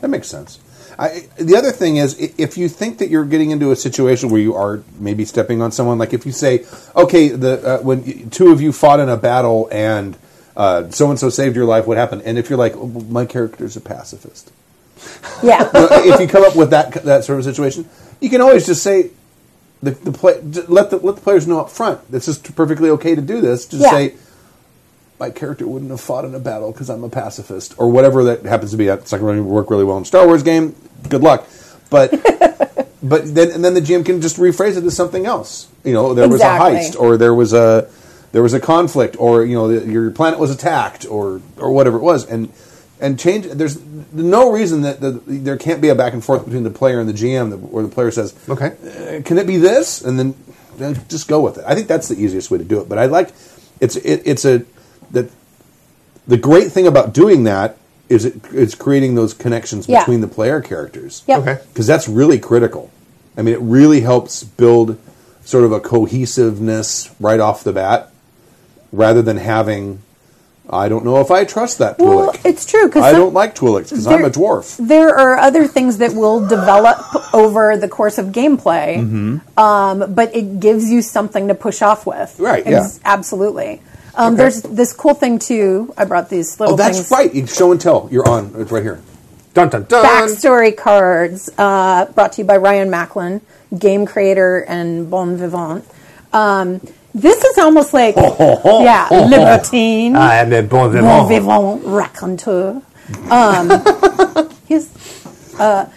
That makes sense. I, the other thing is, i- if you think that you're getting into a situation where you are maybe stepping on someone, like if you say, "Okay, the uh, when y- two of you fought in a battle and so and so saved your life, what happened?" And if you're like, oh, well, "My character's a pacifist," *laughs* Yeah. if you come up with that that sort of situation, you can always just say, "The, the play, j- let the let the players know up front. This is perfectly okay to do this." Just Yeah. say, my character wouldn't have fought in a battle because I'm a pacifist or whatever that happens to be. That's not going to work really well in a Star Wars game. Good luck, but but then and then the GM can just rephrase it as something else. You know, there was a Exactly. heist or there was a there was a conflict or you know the, your planet was attacked or or whatever it was and and change. There's no reason that the, there can't be a back and forth between the player and the GM that, where the player says, Okay. uh, can it be this? And then, then just go with it. I think that's the easiest way to do it. But I like it's it, it's a that the great thing about doing that is it, it's creating those connections Yeah. between the player characters. Yep. Okay. Because that's really critical. I mean, it really helps build sort of a cohesiveness right off the bat, rather than having. I don't know if I trust that Twi'lek. Well, it's true because I don't like Twi'leks because I'm there- a dwarf. there are other things that will develop over the course of gameplay, Mm-hmm. um, but it gives you something to push off with. Right, yeah. Absolutely. Um, Okay. There's this cool thing too. I brought these little Oh, that's things. right. You- Show and tell. You're on. It's right here. Dun dun dun. Backstory cards uh, brought to you by Ryan Macklin, game creator and bon vivant. Um, this is almost *laughs* like, yeah, libertine. I am a Ah, bon bon vivant. vivant raconteur. Um, *laughs* he's, uh,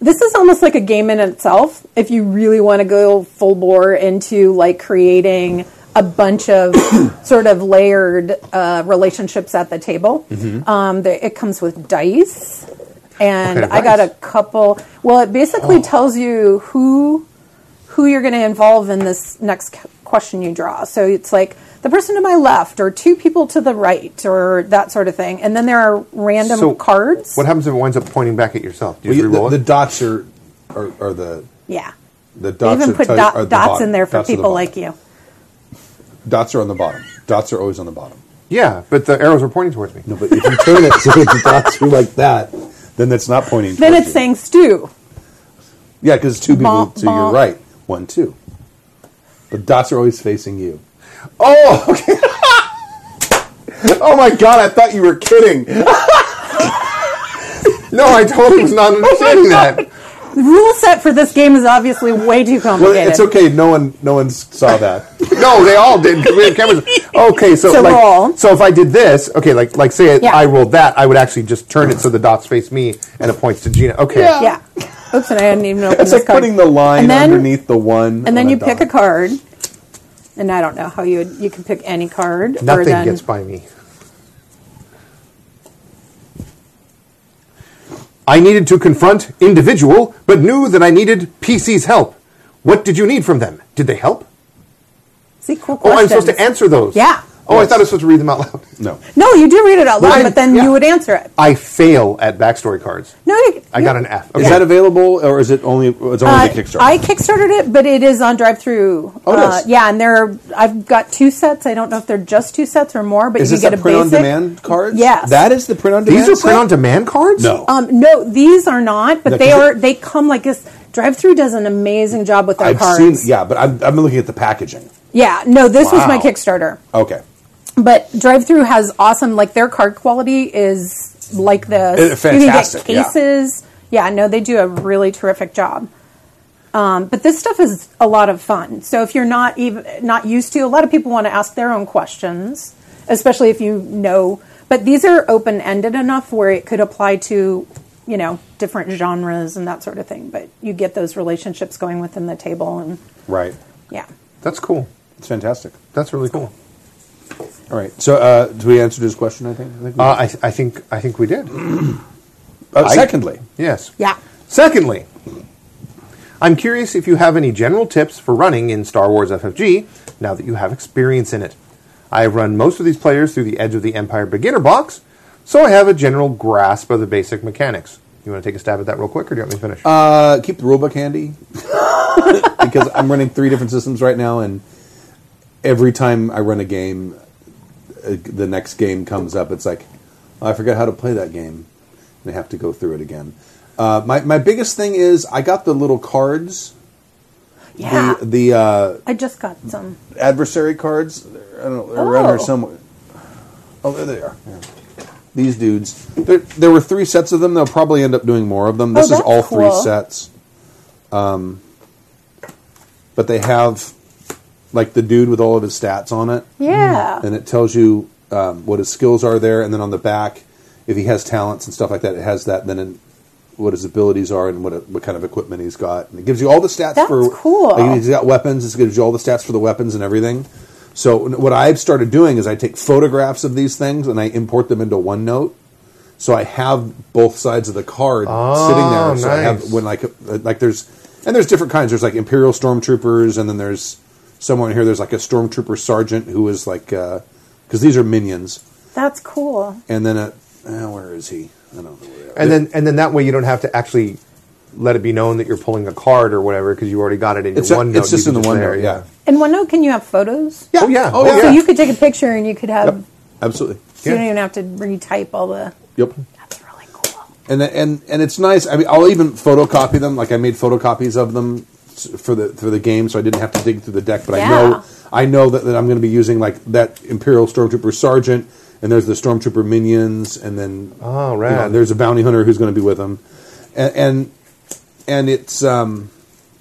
this is almost like a game in itself. If you really want to go full bore into like creating a bunch *coughs* of sort of layered uh, relationships at the table, Mm-hmm. um, the, it comes with dice, and What kind of I got a dice? couple. Well, it basically Oh. tells you who who you're going to involve in this next c- question you draw. So it's like the person to my left, or two people to the right, or that sort of thing. And then there are random So, cards. What happens if it winds up pointing back at yourself? Do you Well, just you- reroll the, it? the dots are, are, are the yeah, the dots. they even are put to- dot, are the dots bottom. in there for Dots are the bottom. people like you. Dots are on the bottom. Dots are always on the bottom. yeah, but the arrows are pointing towards me. No, but if you turn it *laughs* so that the dots are like that, then that's not pointing. Then towards it's you. saying stew. yeah, because two people Bonk, to your bonk. right, one two. The dots are always facing you. *laughs* Oh, Oh my god! I thought you were kidding. No, I totally *laughs* was Oh not understanding that. The rule set for this game is obviously way too Well, complicated. it's okay. No one, no one saw *laughs* that. No, they all did because we had cameras. Okay, so So like, roll. so if I did this, okay, like like say it, Yeah. I rolled that, I would actually just turn it so the dots face me and it points to Gina. Okay, Yeah. Yeah. Oops, and I hadn't even opened It's this like card. putting the line And then- underneath the one, and then on you pick a dot. card. And I don't know how you would, you can pick any card. or nothing then, gets by me. I needed to confront individual, but knew that I needed PC's help. What did you need from them? Did they help? See, cool Oh, questions. I'm supposed to answer those. Yeah. Oh, I thought I was supposed to read them out loud. No, No, you do read it out loud, I- but then yeah. you would answer it. I fail at backstory cards. No, you, I got an F. Okay. is that available or is it only? It's only Uh, the Kickstarter. I kickstarted it, but it is on drive through. Oh, it is? yeah, and there are, I've got two sets. I don't know if they're just two sets or more, but Is you this get a a print on basic. demand card? Yes. That is the print on demand. These are set? print on demand cards? No. Um, no, these are not, but No, they 'cause are. it- They come like this. Drive through does an amazing job with their I've cards. seen, yeah, but I'm, I'm looking at the packaging. Yeah, no, this was my Wow. Kickstarter, Okay. but drive through has awesome. Like their card quality is like this. It's fantastic, You yeah. can get cases. Yeah, no, they do a really terrific job. Um, but this stuff is a lot of fun. So if you're not even not used to, a lot of people want to ask their own questions, especially if you know. But these are open ended enough where it could apply to, you know, different genres and that sort of thing. But you get those relationships going within the table, and Right. yeah, That's cool. It's fantastic. That's really cool. All right. So, uh, do we answer his question? I think. I think we- Uh, I, I think I think we did. Uh, I- secondly, Yes. yeah. Secondly, I'm curious if you have any general tips for running in Star Wars FFG now that you have experience in it. I have run most of these players through the Edge of the Empire beginner box, so I have a general grasp of the basic mechanics. You want to take a stab at that real quick, or do you want me to finish? uh, keep the rulebook handy *laughs* because I'm running three different systems right now, and every time I run a game, uh, the next game comes up. It's like "Oh, I forgot how to play that game, and I have to go through it again. Uh, my my biggest thing is I got the little cards, Yeah, the the uh, I just got some. adversary cards. I don't know, they're around here Oh. somewhere. Oh, there they are. Here. These dudes. There, there were three sets of them. They'll probably end up doing more of them. This is Oh, that's all three cool. sets. Um, but they have like the dude with all of his stats on it, Yeah, and it tells you um, what his skills are there, and then on the back, if he has talents and stuff like that, it has that. And then in, what his abilities are and what it, what kind of equipment he's got, and it gives you all the stats That's for. cool. Like, he's got weapons. It gives you all the stats for the weapons and everything. So n- what I've started doing is I take photographs of these things and I import them into OneNote. So I have both sides of the card sitting there. So I have Oh, nice. when like uh, like there's and there's different kinds. There's like Imperial stormtroopers, and then there's somewhere in here. There's like a stormtrooper sergeant who is like because these are minions, That's cool. and then a, uh, where is he? I don't know. Where they are. And then and then that way you don't have to actually let it be known that you're pulling a card or whatever because you already got it in it's, your a- OneNote. it's just You in the can one there, note. Yeah. In OneNote, can you have photos? Oh yeah. Oh, yeah. So you could take a picture and you could have. Yep. Absolutely. So you Yeah. don't even have to retype all the. Yep. That's really cool. And the- and and it's nice. I mean, I'll even photocopy them. Like I made photocopies of them s- for the for the game, so I didn't have to dig through the deck. But I Yeah. know I know that, that I'm going to be using like that Imperial Stormtrooper Sergeant, and there's the Stormtrooper minions, and then Oh, you know, rad. there's a bounty hunter who's going to be with them, and and, and it's um,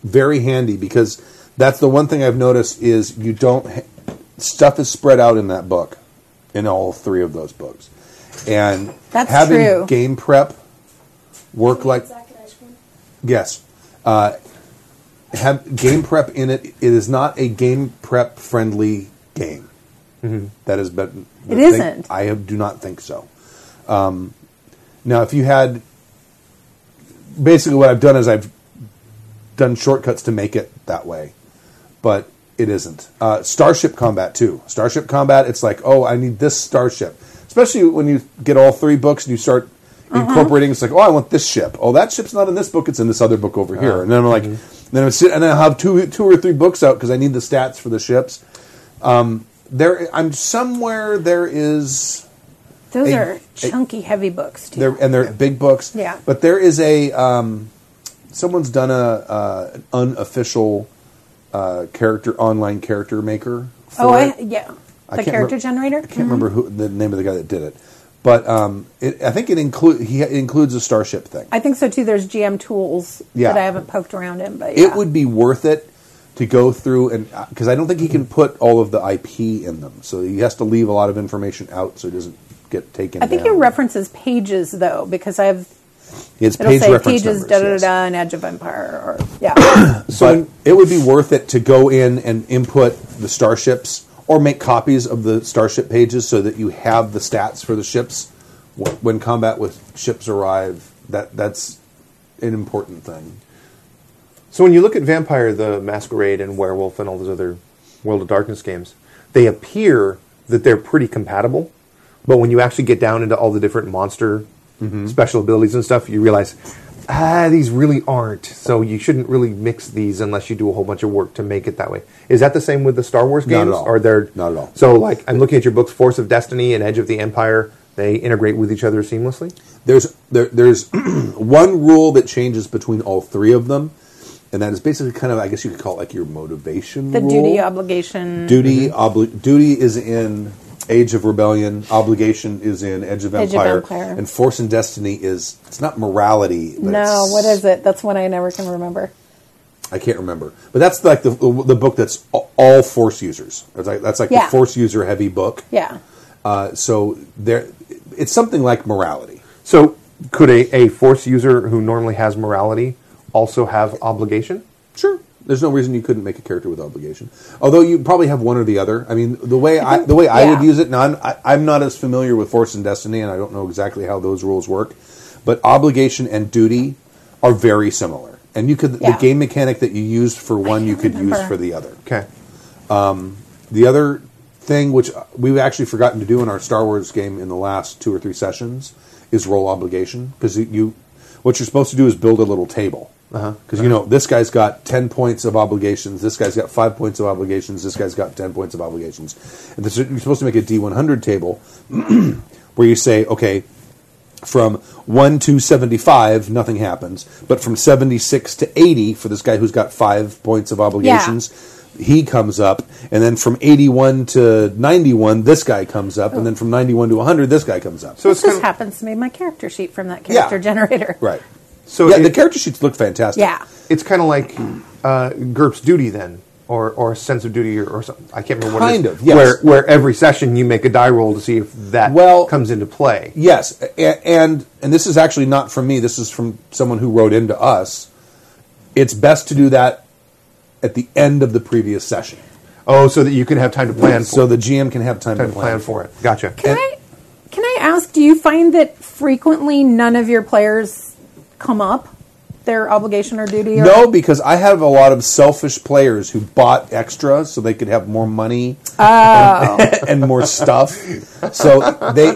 very handy because that's the one thing I've noticed is you don't ha- stuff is spread out in that book, in all three of those books, and That's having true. game prep work like Zack and ice cream. yes uh, have game prep in it it is not a game prep friendly game That has been the It thing- isn't. i have, do not think so um, now if you had basically what i've done is i've done shortcuts to make it that way but it isn't. Uh, starship Combat too. Starship Combat. It's like, oh, I need this starship. Especially when you get all three books and you start incorporating. It's like, oh, I want this ship. Oh, that ship's not in this book. It's in this other book over here. And then I'm like, then I'm sit, and I'll have two, two or three books out because I need the stats for the ships. Um, there, I'm somewhere. There is Those Hey, are hey. chunky, heavy books too. they're and they're big books. Yeah. But there is a um, someone's done a uh, an unofficial uh, character online character maker. For oh, I, it. yeah. I The can't character remem- generator. Mm-hmm. I can't remember who the name of the guy that did it, but um, it, I think it include he it includes a starship thing. I think so too. There's GM tools Yeah. that I haven't poked around in, but It yeah. would be worth it to go through and because I don't think he Mm-hmm. can put all of the IP in them, so he has to leave a lot of information out so it doesn't get taken. I think down. it references pages though, because I have it's it'll page say reference pages numbers, da da da yes. da and Edge of Empire or *coughs* yeah. but it would be worth it to go in and input the starships or make copies of the starship pages so that you have the stats for the ships Wh- when combat with ships arrive. That that's an important thing. So when you look at Vampire the Masquerade and Werewolf and all those other World of Darkness games, they appear that they're pretty compatible, but when you actually get down into all the different monster Mm-hmm. special abilities and stuff, you realize ah these really aren't. So you shouldn't really mix these unless you do a whole bunch of work to make it that way. Is that the same with the Star Wars Not at games? all. Are there Not at all. So like I'm looking at your books, Force of Destiny and Edge of the Empire. They integrate with each other seamlessly. There's there, there's *clears throat* one rule that changes between all three of them, and that is basically kind of I guess you could call it like your motivation. the rule. duty obligation Duty, obli- duty is in Age of Rebellion. Obligation is in Edge of Edge of Empire. Empire. And Force and Destiny is it's not morality. But No, it's- what is it? That's one I never can remember. I can't remember. But that's like the the book that's a- all Force users. It's like, that's like Yeah. the Force user heavy book. Yeah. Uh, so there, it's something like morality. So, could a, a force user who normally has morality also have obligation? Sure. There's no reason you couldn't make a character with obligation. Although you probably have one or the other. I mean, the way I, the way I would yeah. use it. Now, I'm, I, I'm not as familiar with Force and Destiny, and I don't know exactly how those rules work. But obligation and duty are very similar, and you could Yeah. the game mechanic that you used for one, you could use remember. for the other. Okay. The other thing, which we've actually forgotten to do in our Star Wars game in the last two or three sessions, is roll obligation because you, what you're supposed to do is build a little table because you know this guy's got ten points of obligations, this guy's got five points of obligations, this guy's got ten points of obligations, and this, you're supposed to make a D100 table *clears throat* where you say, okay, from 1 to 75, nothing happens. But from 76 to 80, for this guy who's got five points of obligations, he comes up. And then from 81 to 91, this guy comes up. And then from 91 to 100, this guy comes up. Oh. So This it's kind just of, happens to be my character sheet from that Yeah. character generator. right. so yeah, it- the character sheets look fantastic. Yeah. it's kind of like uh, GURPS duty then. or or sense of duty or, or something. I can't remember what Kind it is. of, yes. Where where every session you make a die roll to see if that Well- comes into play. Yes, a- and and this is actually not from me. This is from someone who wrote into us. It's best to do that at the end of the previous session, Oh, so that you can have time to plan. so for, the GM can have time time to to plan for it. Gotcha. Can I can I ask? Do you find that frequently none of your players come up their obligation or duty? Or, No, because I have a lot of selfish players who bought extra so they could have more money and, *laughs* and more stuff. So they,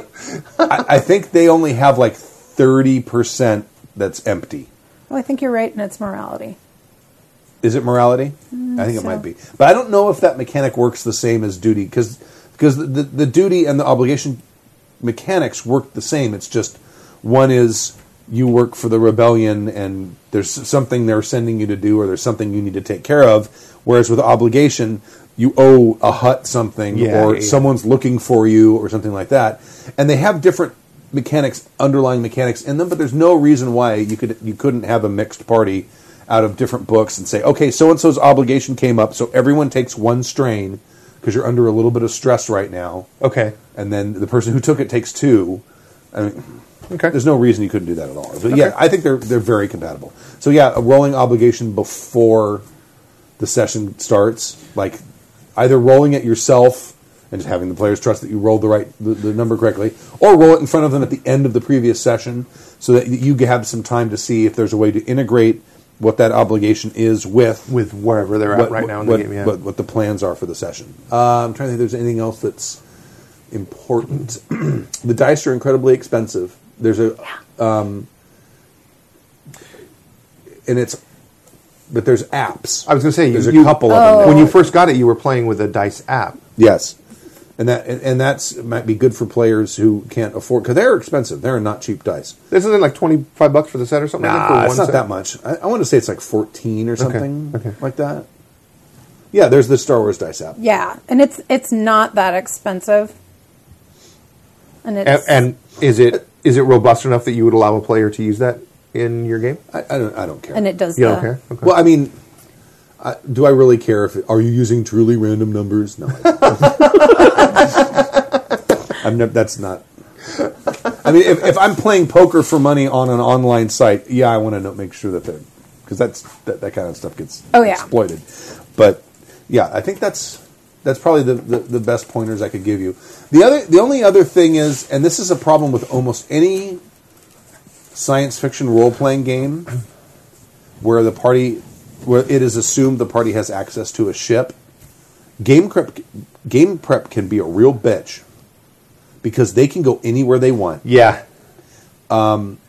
I, I think they only have like thirty percent that's empty. Well, Oh, I think you're right, and it's morality. Is it morality? I think it so. might be, but I don't know if that mechanic works the same as duty because because the, the the duty and the obligation mechanics work the same. It's just one is you work for the rebellion and there's something they're sending you to do or there's something you need to take care of. Whereas with obligation, you owe a hut something Yeah, or yeah. someone's looking for you or something like that. And they have different mechanics, underlying mechanics in them, but there's no reason why you could you couldn't have a mixed party out of different books and say, okay, so and so's obligation came up, so everyone takes one strain because you're under a little bit of stress right now Okay. and then the person who took it takes two. I mean, Okay. there's no reason you couldn't do that at all. But yeah, I think they're they're very compatible. So yeah, a rolling obligation before the session starts, like either rolling it yourself and just having the players trust that you rolled the right the, the number correctly, or roll it in front of them at the end of the previous session, so that you have some time to see if there's a way to integrate what that obligation is with With wherever they're at what, right now in what, the game. Yeah. what, what the plans are for the session. Uh, I'm trying to think. If there's anything else that's important? *clears throat* the dice are incredibly expensive. There's a, um, and it's, but there's apps. I was going to say you- there's a you- couple of them. When you first got it, you were playing with a dice app. Yes, and that and, and that's might be good for players who can't afford because they're expensive. They're not cheap dice. Isn't it like twenty five bucks for the set or something? I think, for Nah, one it's not set? that much. I, I want to say it's like fourteen or something okay. like that. Yeah, there's the Star Wars dice app. Yeah, and it's it's not that expensive. And And, it's and is it is it robust enough that you would allow a player to use that in your game? I, I don't. I don't care. and it does. You the, don't care. Okay. Well, I mean, I, do I really care if are you using truly random numbers? No, I don't. I'm nev- that's not. I mean, if, if I'm playing poker for money on an online site, yeah, I want to know, make sure that they're because that's that, that kind of stuff gets Oh, yeah. exploited. But yeah, I think that's that's probably the, the, the best pointers I could give you. The other the only other thing is, and this is a problem with almost any science fiction role playing game where the party where it is assumed the party has access to a ship. Game prep game prep can be a real bitch because they can go anywhere they want. yeah.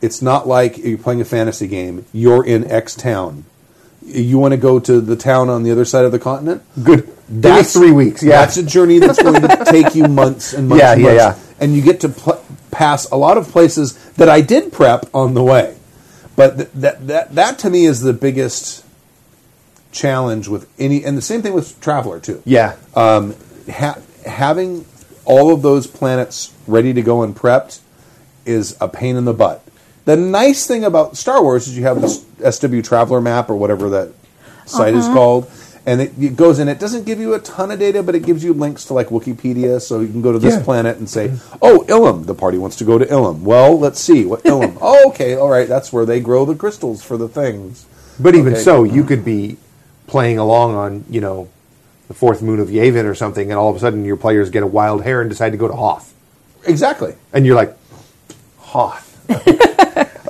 It's not like you're playing a fantasy game. You're in X town. You want to go to the town on the other side of the continent? Good. That's three weeks. Yeah. That's a journey that's going *laughs* to take you months and months. Yeah, and yeah, months. yeah. And you get to pl- pass a lot of places that I did prep on the way. But th- that that that to me is the biggest challenge with any, and the same thing with Traveler too. yeah. ha- having all of those planets ready to go and prepped is a pain in the butt. The nice thing about Star Wars is you have this SW Traveler map or whatever that site is called, and it, it goes in. It doesn't give you a ton of data, but it gives you links to like Wikipedia, so you can go to this Yeah. Mm-hmm. planet and say, "Oh, Ilum, the party wants to go to Ilum." Well, let's see *laughs* what Ilum. oh, okay, all right, that's where they grow the crystals for the things. But even Okay. so, you could be playing along on, you know, the fourth moon of Yavin or something, and all of a sudden your players get a wild hair and decide to go to Hoth. Exactly. And you're like, *laughs* Hoth.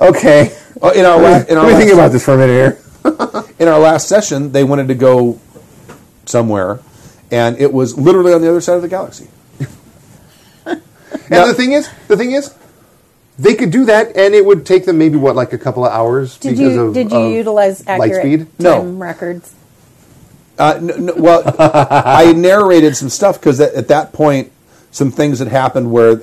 *laughs* okay. Oh, in our la- in our Let me last- think about this for a minute here. in our last session, they wanted to go somewhere, and it was literally on the other side of the galaxy. And the thing is, the thing is, they could do that, and it would take them maybe what, like a couple of hours Did because you of did you of utilize light accurate speed? No. time records? Uh, n n- *laughs* well, I narrated some stuff because at, at that point, some things had happened where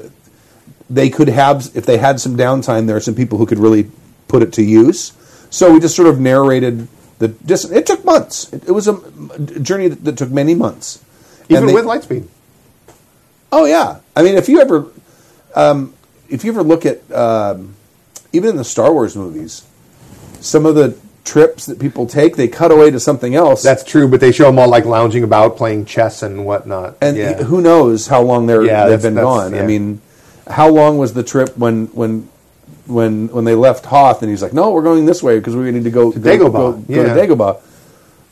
they could have, if they had some downtime, there are some people who could really put it to use. So we just sort of narrated the distance. It took months. It, it was a m- journey that, that took many months. even they- with light speed. Oh yeah, I mean if you ever, um, if you ever look at um, even in the Star Wars movies, some of the trips that people take, they cut away to something else. That's true, but they show them all like lounging about, playing chess and whatnot. and yeah. who knows how long they're, Yeah, they've that's- been that's- gone. I yeah. mean, how long was the trip when when when when they left Hoth and he's like, no, we're going this way because we need to go to go, Dagobah, go, go yeah. to Dagobah.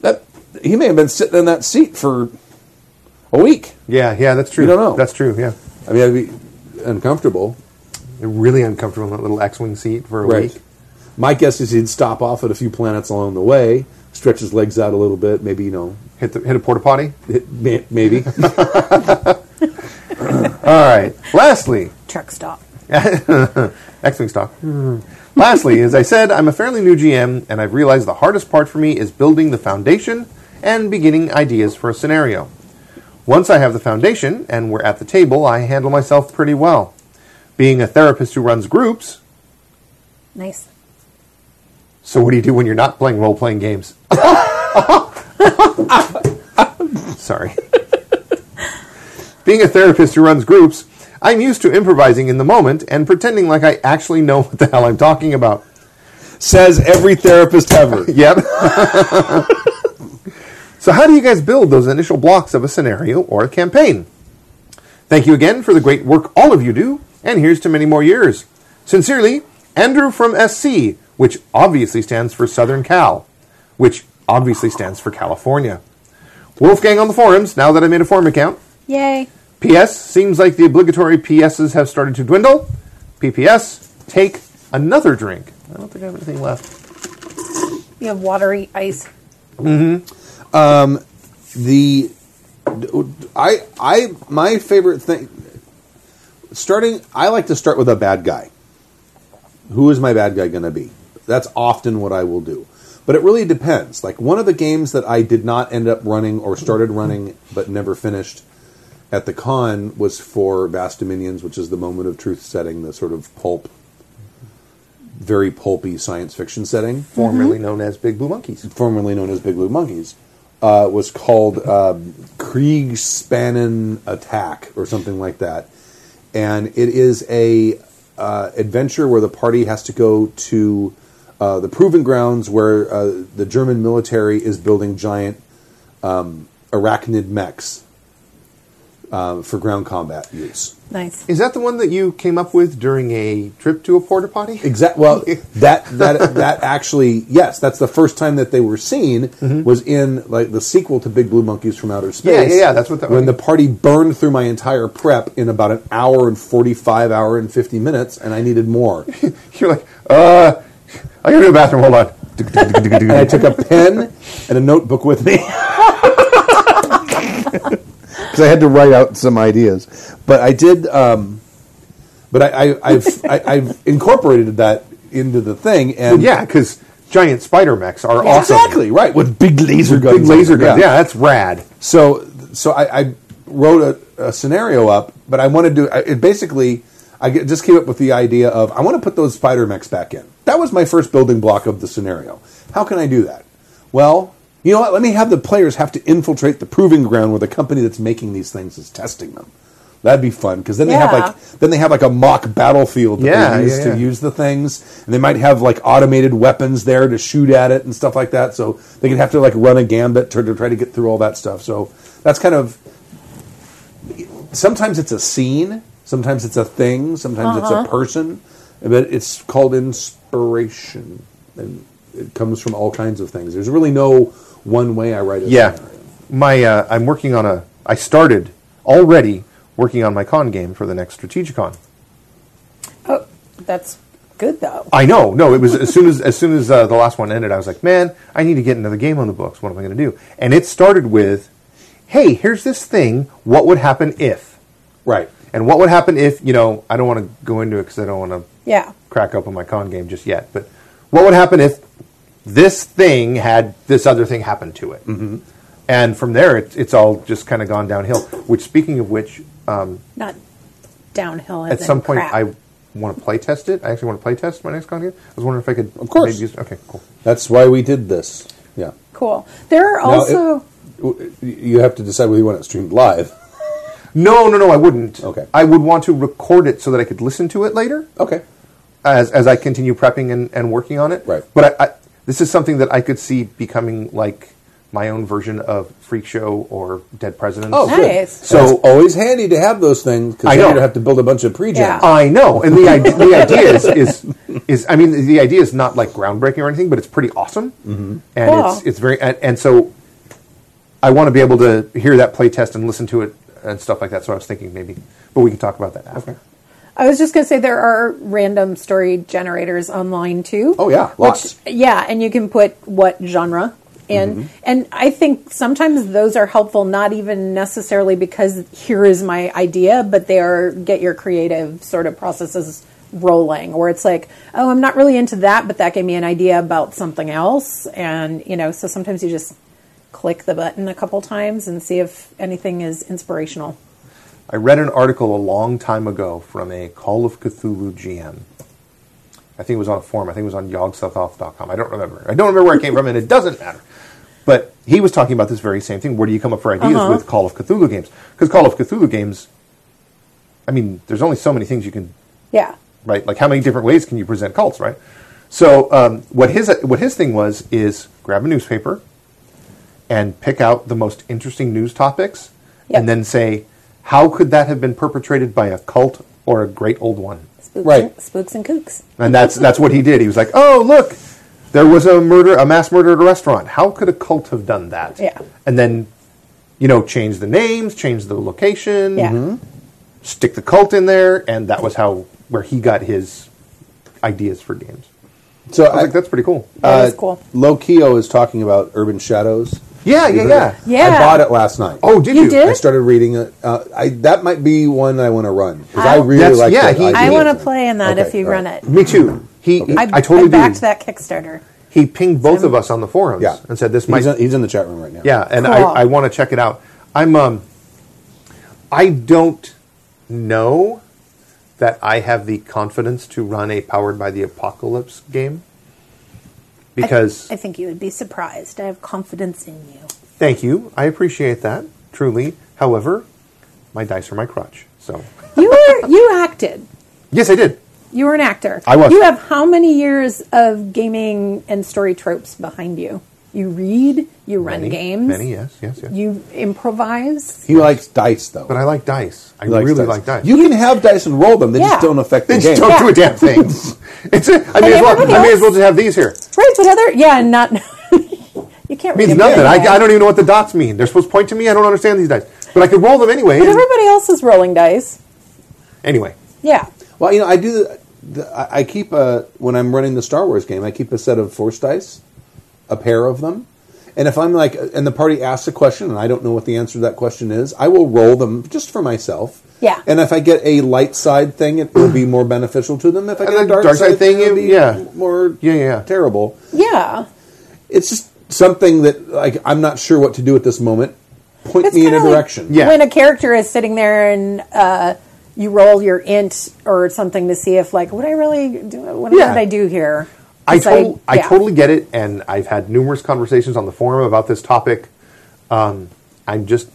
That he may have been sitting in that seat for a week. yeah, yeah, that's true. You don't know. That's true. Yeah, I mean, it'd be uncomfortable. They're really uncomfortable in that little X-wing seat for a Right. week. My guess is he'd stop off at a few planets along the way, stretch his legs out a little bit, maybe you know, Hit the, hit a porta potty. hit- may- maybe. All right. Lastly, Truck stop. X-wing stock. Hmm. Lastly, as I said, I'm a fairly new GM, and I've realized the hardest part for me is building the foundation and beginning ideas for a scenario. Once I have the foundation and we're at the table, I handle myself pretty well. Being a therapist who runs groups, Nice. So what do you do when you're not playing role playing games? *laughs* Sorry. Being a therapist who runs groups, I'm used to improvising in the moment and pretending like I actually know what the hell I'm talking about. Says every therapist ever. Yep. *laughs* so how do you guys build those initial blocks of a scenario or a campaign? Thank you again for the great work all of you do, and here's to many more years. Sincerely, Andrew from SC, which obviously stands for Southern Cal, which obviously stands for California. Wolfgang on the forums, now that I made a forum account. Yay. PS, seems like the obligatory PSs have started to dwindle. PPS, take another drink. I don't think I have anything left. You have watery ice. the I I my favorite thing starting I like to start with a bad guy. Who is my bad guy going to be? That's often what I will do. But it really depends. Like one of the games that I did not end up running or started running but never finished at the con was for Vast Dominions, which is the moment of truth setting, the sort of pulp very pulpy science fiction setting Formerly known as Big Blue Monkeys. formerly known as Big Blue Monkeys, uh, was called um, Kriegsspannen Attack or something like that, and it is a uh, adventure where the party has to go to uh, the proven grounds where uh, the German military is building giant um, arachnid mechs uh, for ground combat use. Nice. Is that the one that you came up with during a trip to a porta potty? *laughs* Exactly. Well, that that that actually yes, that's the first time that they were seen was in like the sequel to Big Blue Monkeys from Outer Space. Yeah, yeah, yeah, that's what that- when the party burned through my entire prep in about an hour and forty five hour and fifty minutes, and I needed more. You're like, uh, I gotta go to the bathroom. Hold on. and I took a pen and a notebook with *laughs* me because I had to write out some ideas. But I did. Um, but I, I, I've I, I've incorporated that into the thing, and yeah, because giant spider mechs are awesome. Exactly right with big laser guns. Big laser on them, guns. Yeah. that's rad. So so I, I wrote a, a scenario up, but I wanted to. I- It basically I get- just came up with the idea of I want to put those spider mechs back in. That was my first building block of the scenario. How can I do that? Well, you know what? Let me have the players have to infiltrate the proving ground where the company that's making these things is testing them. That'd be fun because then they have Yeah. like then they have like a mock battlefield that Yeah, they use yeah, to yeah. use use the things, and they might have like automated weapons there to shoot at it and stuff like that. So they could have to like run a gambit to, to try to get through all that stuff. So that's kind of sometimes it's a scene, sometimes it's a thing, sometimes Uh-huh. it's a person, but it's called inspiration, and it comes from all kinds of things. There's really no one way I write it. Yeah, my uh, I'm working on a. I started already working on my con game for the next Strategicon. Oh, that's good though. I know. No, it was as soon as as soon as uh, the last one ended, I was like, man, I need to get another game on the books. What am I going to do? And it started with, hey, here's this thing. What would happen if? right. And what would happen if, you know, I don't want to go into it because I don't want to Yeah. crack open my con game just yet, but what would happen if this thing had this other thing happen to it? Mm-hmm. And from there, it, it's all just kind of gone downhill. Which, speaking of which, um, Not downhill. at some point, I want to play test it. I actually want to play test my next con game. I was wondering if I could. Of course. okay, cool. That's why we did this. Yeah. cool. There are Now, it- also w- you have to decide whether you want it streamed live. No, no, no, I wouldn't. Okay. I would want to record it so that I could listen to it later. Okay. as as I continue prepping and, and working on it. Right. But I, I This is something that I could see becoming like my own version of Freak Show or Dead Presidents. Oh, good. Nice. So it's always handy to have those things because I then you know. don't have to build a bunch of pre Yeah. I know, and the, i- the idea is, is is I mean the idea is not like groundbreaking or anything, but it's pretty awesome, Mm-hmm. and Cool. it's it's very and, and so I want to be able to hear that playtest and listen to it and stuff like that. So I was thinking maybe, but we can talk about that after. I was just going to say there are random story generators online too. Oh, yeah, lots. Mm-hmm. Which, yeah, and you can put what genre in. And I think sometimes those are helpful, not even necessarily because here is my idea, but they are get your creative sort of processes rolling where it's like, oh, I'm not really into that, but that gave me an idea about something else. And, you know, so sometimes you just click the button a couple times and see if anything is inspirational. I read an article a long time ago from a Call of Cthulhu GM. I think it was on a forum. I think it was on yogsothoff.com. I don't remember. I don't remember where it came from, and it doesn't matter. But he was talking about this very same thing. Where do you come up for ideas with Call of Cthulhu games? Because Call of Cthulhu games, I mean, there's only so many things you can Yeah. right? Like how many different ways can you present cults, right? So um, what his what his thing was is grab a newspaper and pick out the most interesting news topics, Yep. and then say how could that have been perpetrated by a cult or a great old one? Spooks, Right. and, spooks and kooks. And that's that's what he did. He was like, oh look, there was a murder, a mass murder at a restaurant. How could a cult have done that? Yeah. and then. You know, change the names, change the location, Yeah. Mm-hmm. stick the cult in there, and that was how where he got his ideas for games. So uh, I was like, that's pretty cool. That is cool. Lokio is talking about Urban Shadows. yeah, You yeah, heard yeah. it? Yeah. I bought it last night. Oh, did You you? did? I started reading it. Uh, I, that might be one that I want to run because I I- really That's- like. yeah, that he- idea. I Yeah. want to play in that Okay, if you all run right. it. Me too. He, I, I totally I backed do. that Kickstarter. He pinged both of us on the forums Yeah, and said this He's, might. in, he's in the chat room right now. yeah, and Cool. I, I want to check it out. I'm um, I don't know that I have the confidence to run a powered by the apocalypse game because I think you would be surprised. I have confidence in you. thank you, I appreciate that truly. However, my dice are my crutch. So *laughs* You were you acted. yes, I did. You were an actor. I was. You have how many years of gaming and story tropes behind you? You read, you run Many, games, Many, yes, yes, yes. you improvise. he likes dice though. but I like dice. I He likes really dice. like dice. You can have dice and roll them. They Yeah. just don't affect the They game. just don't do a *laughs* damn thing. It's a, I, may as well, everybody I may else- as well just have these here. It Right, but other yeah, and not *laughs* you can't read means them nothing. I, anyway. I don't even know what the dots mean. They're supposed to point to me. I don't understand these dice. But I could roll them anyway. But and- everybody else is rolling dice. anyway, Yeah. Well, you know, I do. The, the, I- I keep a when I'm running the Star Wars game, I keep a set of force dice, a pair of them, and if I'm like, and the party asks a question and I don't know what the answer to that question is, I will roll them just for myself. Yeah. And if I get a light side thing, it will be more beneficial to them. If I And get a the dark, dark side, side thing, it'll you- be yeah. more Yeah, yeah. terrible. Yeah. It's just something that like I'm not sure what to do at this moment. Point It's me in a kinda like direction. Yeah. When a character is sitting there and uh, you roll your int or something to see if, like, what I really do, what Yeah. did I do here? I, It's like, total, I yeah. totally get it, and I've had numerous conversations on the forum about this topic. Um, I'm just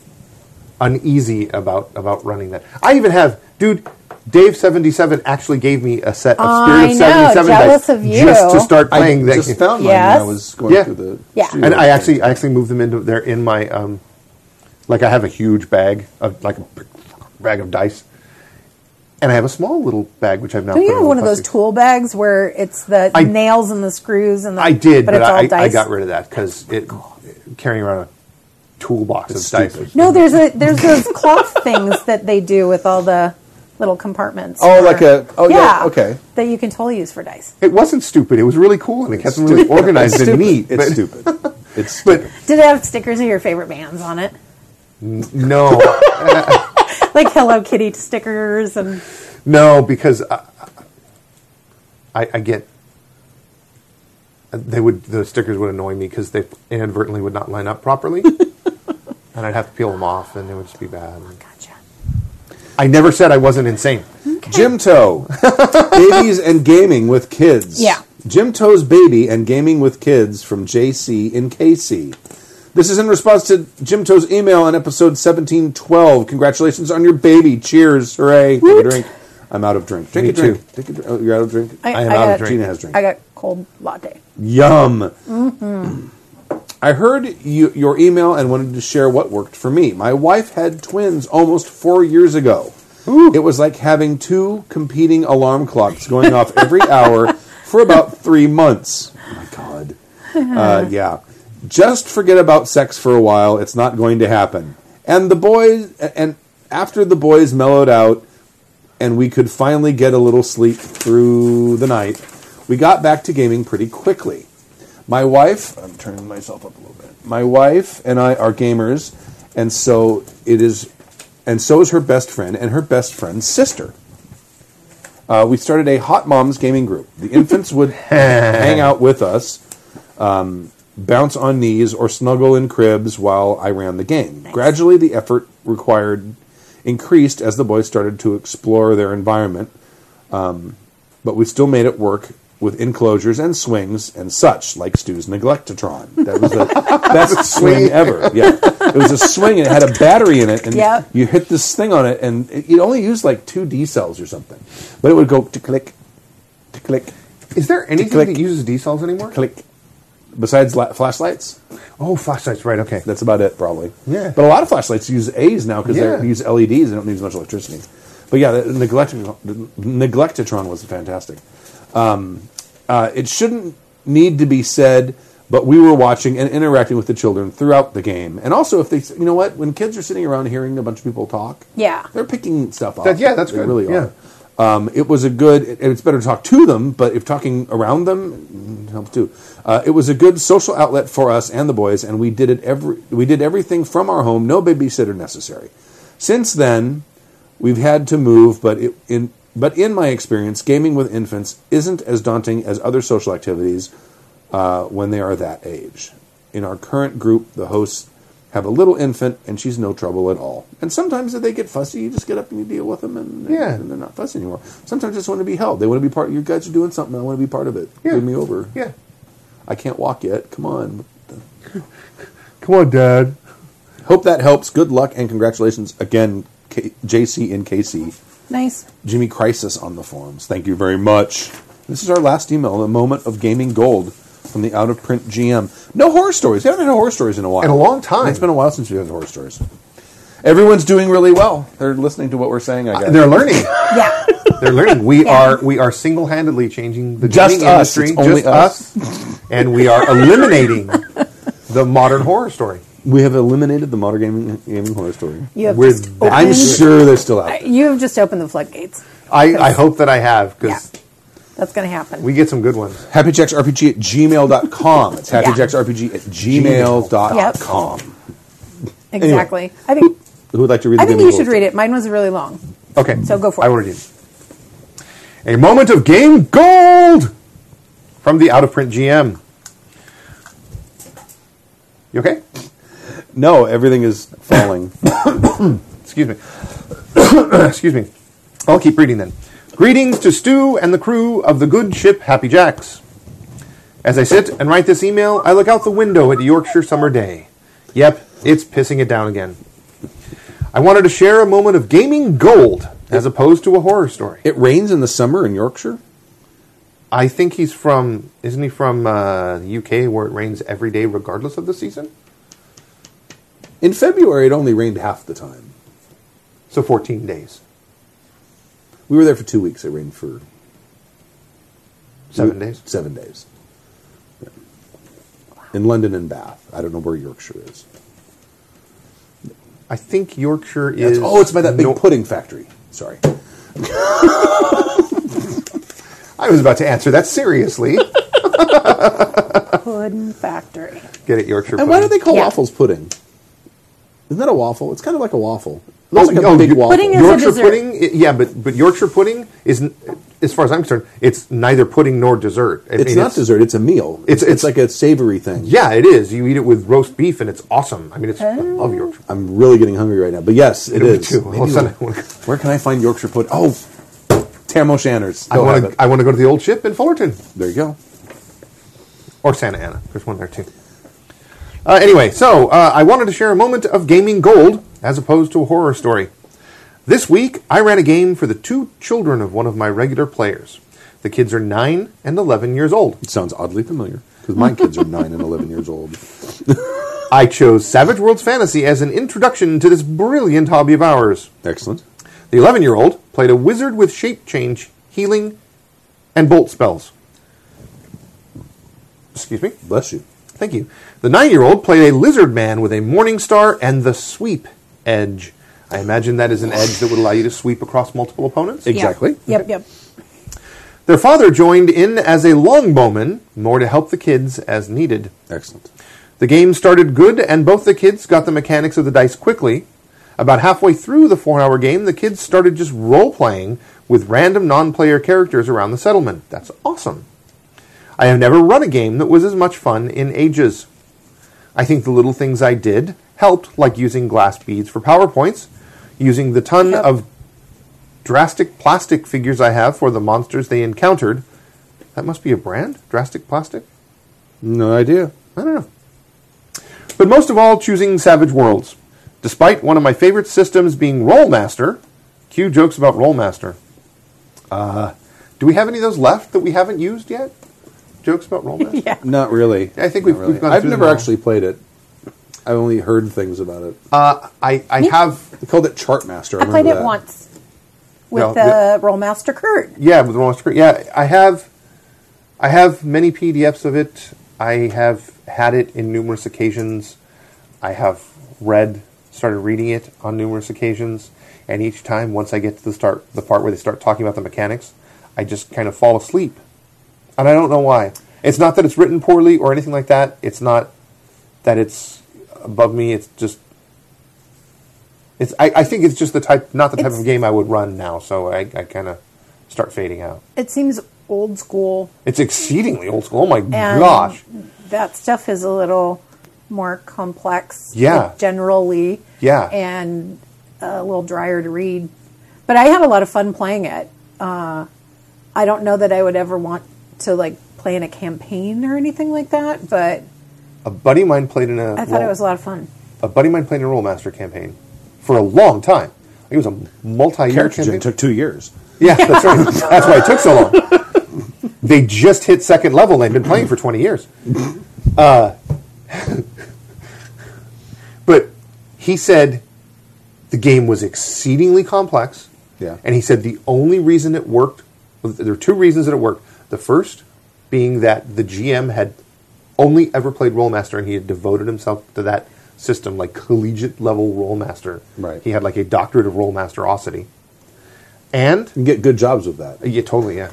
uneasy about about running that. I even have, dude. Dave seventy seven actually gave me a set of I Spirit know, seventy seven jealous dice of you. just to start I playing that just game. found mine Yes. when I was going Yeah. through the Yeah. studio and I thing. actually I actually moved them into they're in my um, like I have a huge bag of like a big bag of dice, and I have a small little bag which I've now. Do put you in have a one of those plastic- tool bags where it's the I- nails and the screws and the? I did, but, it's all I, I dice? Oh got rid of that because it carrying around a toolbox It's of dice. stupid. No, there's a *laughs* there's those cloth things that they do with all the little compartments. Oh, for- like a- oh, yeah, okay. That you can totally use for dice. It wasn't stupid. It was really cool, and it kept them really organized and neat. It's but stupid. It's stupid. Did it have stickers of your favorite bands on it, *laughs* no, like Hello Kitty stickers and? no, because I, I, I get they would the stickers would annoy me because they inadvertently would not line up properly, *laughs* and I'd have to peel them off, and it would just be bad. Gotcha. I never said I wasn't insane. Jim *laughs* Toe, babies and gaming with kids. Yeah. Jim Toe's baby and gaming with kids from JC and KC. This is in response to Jim Toe's email on episode seventeen twelve. Congratulations on your baby. Cheers! Hooray! Take a drink. I'm out of drink. Drink Me a drink. too. Take a drink. Oh, you're out of drink. I- I am I out got- of drink. Gina has drink. I got cold latte. Yum. Mm-hmm. I heard you, your email and wanted to share what worked for me. My wife had twins almost four years ago. It was like having two competing alarm clocks going off every *laughs* hour for about three months. Oh my God. Uh, yeah. Just forget about sex for a while. It's not going to happen. And the boys, and after the boys mellowed out, and we could finally get a little sleep through the night, we got back to gaming pretty quickly. My wife, I'm turning myself up a little bit. My wife and I are gamers, and so it is, and so is her best friend and her best friend's sister. Uh, we started a hot moms gaming group. The infants *laughs* would hang out with us, um, bounce on knees, or snuggle in cribs while I ran the game. Gradually, the effort required increased as the boys started to explore their environment, um, but we still made it work with enclosures and swings and such, like Stu's Neglectatron. That was the best swing ever. Yeah, it was a swing and it had a battery in it, and Yep. you hit this thing on it, and it, it only used like two D cells or something, but it would go to click, to click, Is there anything Click. that uses D cells anymore? click. Besides la- flashlights, Oh, flashlights, right? Okay. that's about it probably. Yeah. But a lot of flashlights use A's now because Yeah. they use LEDs. They don't need as much electricity. But yeah, the Neglectatron, the Neglectatron was fantastic. Um, uh, it shouldn't need to be said, but we were watching and interacting with the children throughout the game. And also, if they, you know what, when kids are sitting around hearing a bunch of people talk, Yeah. they're picking stuff up. That- yeah, that's They good. Really Yeah. are. Um, it was a good. It, it's better to talk to them, but if talking around them mm, helps too. Uh, it was a good social outlet for us and the boys, and we did it every. We did everything from our home, no babysitter necessary. Since then, we've had to move, but it, in but in my experience, gaming with infants isn't as daunting as other social activities uh, when they are that age. In our current group, the hosts have a little infant, and she's no trouble at all. And sometimes if they get fussy, you just get up and you deal with them, and, Yeah. and they're not fussy anymore. Sometimes they just want to be held. They want to be part. You guys are doing something. I want to be part of it. Yeah. Give me over. Yeah. I can't walk yet. Come on. Come on, Dad. Hope that helps. Good luck and congratulations again, K- JC and KC. Nice. Jimmy Crisis on the forums. Thank you very much. This is our last email, the moment of gaming gold from the out of print GM. No horror stories. We haven't had horror stories in a while. In a long time. It's been a while since we had horror stories. Everyone's doing really well. They're listening to what we're saying, I guess. They're learning. Yeah. *laughs* They're learning. We Yeah. are we are single handedly changing the Just gaming us. industry. It's only just us. and *laughs* we are eliminating the modern horror story. we have eliminated the modern gaming, gaming horror story. You have We're just that- I'm opened- sure they're still out there. You have just opened the floodgates. I, I hope that I have because Yeah. That's going to happen. we get some good ones. happyjacksrpg at gmail.com. It's happyjacksrpg at gmail.com. exactly. I think Who would like to read the I think gaming you gold should read it. Mine was really long. Okay. So go for I it. already did. A moment of game gold from the out of print GM. You okay? story? No, everything is falling. *laughs* Excuse me. *coughs* Excuse me. I'll keep reading then. Greetings to Stu and the crew of the good ship Happy Jacks. As I sit and write this email, I look out the window at the Yorkshire summer day. Yep, it's pissing it down again. I wanted to share a moment of gaming gold as opposed to a horror story. it rains in the summer in Yorkshire? I think he's from, isn't he from uh, the UK where it rains every day regardless of the season? In February, it only rained half the time. So 14 days, We were there for two weeks. It rained for Mm. seven days. Seven days. Yeah. In London and Bath. I don't know where Yorkshire is. I think Yorkshire That's- is. oh, it's by that big no- pudding factory. Sorry. I was about to answer that seriously. Puddin Factory. Get it, Yorkshire. And why do pudding. they call Yeah. waffles pudding? Isn't that a waffle? It's kind of like a waffle. It looks Oh, like a oh, big you- waffle. Pudding is a Yorkshire dessert. pudding? i- Yeah, but but Yorkshire pudding is, n- as far as I'm concerned, it's neither pudding nor dessert. I it's mean, not dessert. It's a meal. it's- It's, it's, it's- like a savory thing. Yeah, it is. You eat it with roast beef, and it's awesome. I mean, it's I love Yorkshire. I'm really getting hungry right now. But yes, it Me is. too. All of a Maybe sudden I we'll- wanna- where can I find Yorkshire pudding? Oh, Tam O'Shanter's. I They'll want have to. it. I want to go to the old ship in Fullerton There you go. or Santa Ana. There's one there too. Uh, anyway, so uh, I wanted to share a moment of gaming gold as opposed to a horror story. This week, I ran a game for the two children of one of my regular players. The kids are nine and eleven years old. It sounds oddly familiar because my kids are nine and eleven years old. I chose Savage Worlds Fantasy as an introduction to this brilliant hobby of ours. Excellent. The 11 year old played a wizard with shape change, healing, and bolt spells. Excuse me. Bless you. Thank you. The nine year old played a lizard man with a morning star and the sweep edge. I imagine that is an edge that would allow you to sweep across multiple opponents. Yeah. Exactly. Yep, yep. Their father joined in as a longbowman, more to help the kids as needed. Excellent. The game started good, and both the kids got the mechanics of the dice quickly. About halfway through the four hour game, the kids started just role playing with random non player characters around the settlement. That's awesome. I have never run a game that was as much fun in ages. I think the little things I did helped, like using glass beads for PowerPoints, using the ton Yep. of drastic plastic figures I have for the monsters they encountered. That must be a brand? Drastic Plastic? No idea. I don't know. But most of all, choosing Savage Worlds. Despite one of my favorite systems being Rollmaster, Q jokes about Rollmaster. Uh, do we have any of those left that we haven't used yet? Jokes *laughs* about Rollmaster? Yeah. Not really. I Not think we've- we've gone I've through them never all. actually played it. I only heard things about it. Uh, I, I have, they called it Chartmaster. I, I played remember it that. once with No, the Rollmaster Kurt. yeah, with Rollmaster. Yeah, I have, I have many PDFs of it. I have had it in numerous occasions. I have read, started reading it on numerous occasions, and each time, once I get to the start, the part where they start talking about the mechanics, I just kind of fall asleep, and I don't know why. It's not that it's written poorly or anything like that. It's not that it's above me. It's just. It's, I, I think it's just the type, not the type It's- of game I would run now. So I, I kind of start fading out. It seems old school, It's exceedingly old school. Oh my and gosh! that stuff is a little more complex. Yeah. like, generally. Yeah. and a little drier to read. But I had a lot of fun playing it. Uh, I don't know that I would ever want to like play in a campaign or anything like that, but A buddy of mine played in a. I thought well, it was a lot of fun. a buddy of mine played in a Rollmaster campaign for a long time. It was a multi-year Character Gen campaign. took two years. yeah, that's right. *laughs* That's why it took so long. They just hit second level. They've been playing for twenty years. Uh, *laughs* but he said the game was exceedingly complex. Yeah. And he said the only reason it worked, there were two reasons that it worked. The first being that the GM had only ever played Rollmaster and he had devoted himself to that system, like collegiate level Rollmaster. Right. He had like a doctorate of Rollmasterosity. And, You get good jobs with that. yeah, *laughs* totally, yeah.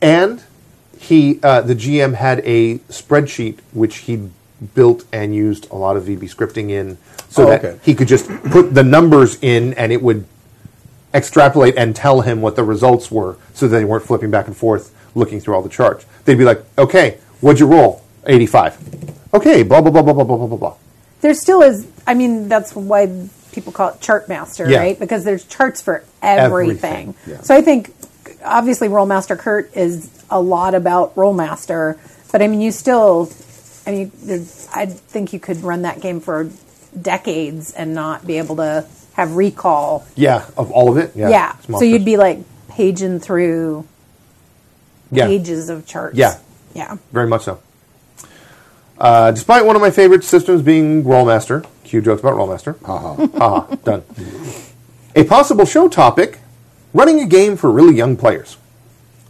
and he, uh, the GM had a spreadsheet which he built and used a lot of VB scripting in, so Oh, that okay. he could just put the numbers in and it would extrapolate and tell him what the results were, so that they weren't flipping back and forth looking through all the charts. They'd be like, "Okay, what'd you roll? Eighty-five. Okay, blah blah blah blah blah blah blah blah blah." There still is. I mean, that's why people call it chart master, Yeah. right? Because there's charts for Everything, everything. yeah. So I think obviously Rollmaster Kurt is a lot about Rollmaster, but I mean, you still. I mean, there- I think you could run that game for decades and not be able to have recall. Yeah, of all of it. Yeah. Yeah. It's So you'd monstrous. be like paging through Yeah. pages of charts. Yeah. Yeah. Very much so. Uh, despite one of my favorite systems being Rollmaster, cue jokes about Rollmaster. Ha ha. ha ha. Done. A possible show topic running a game for really young players.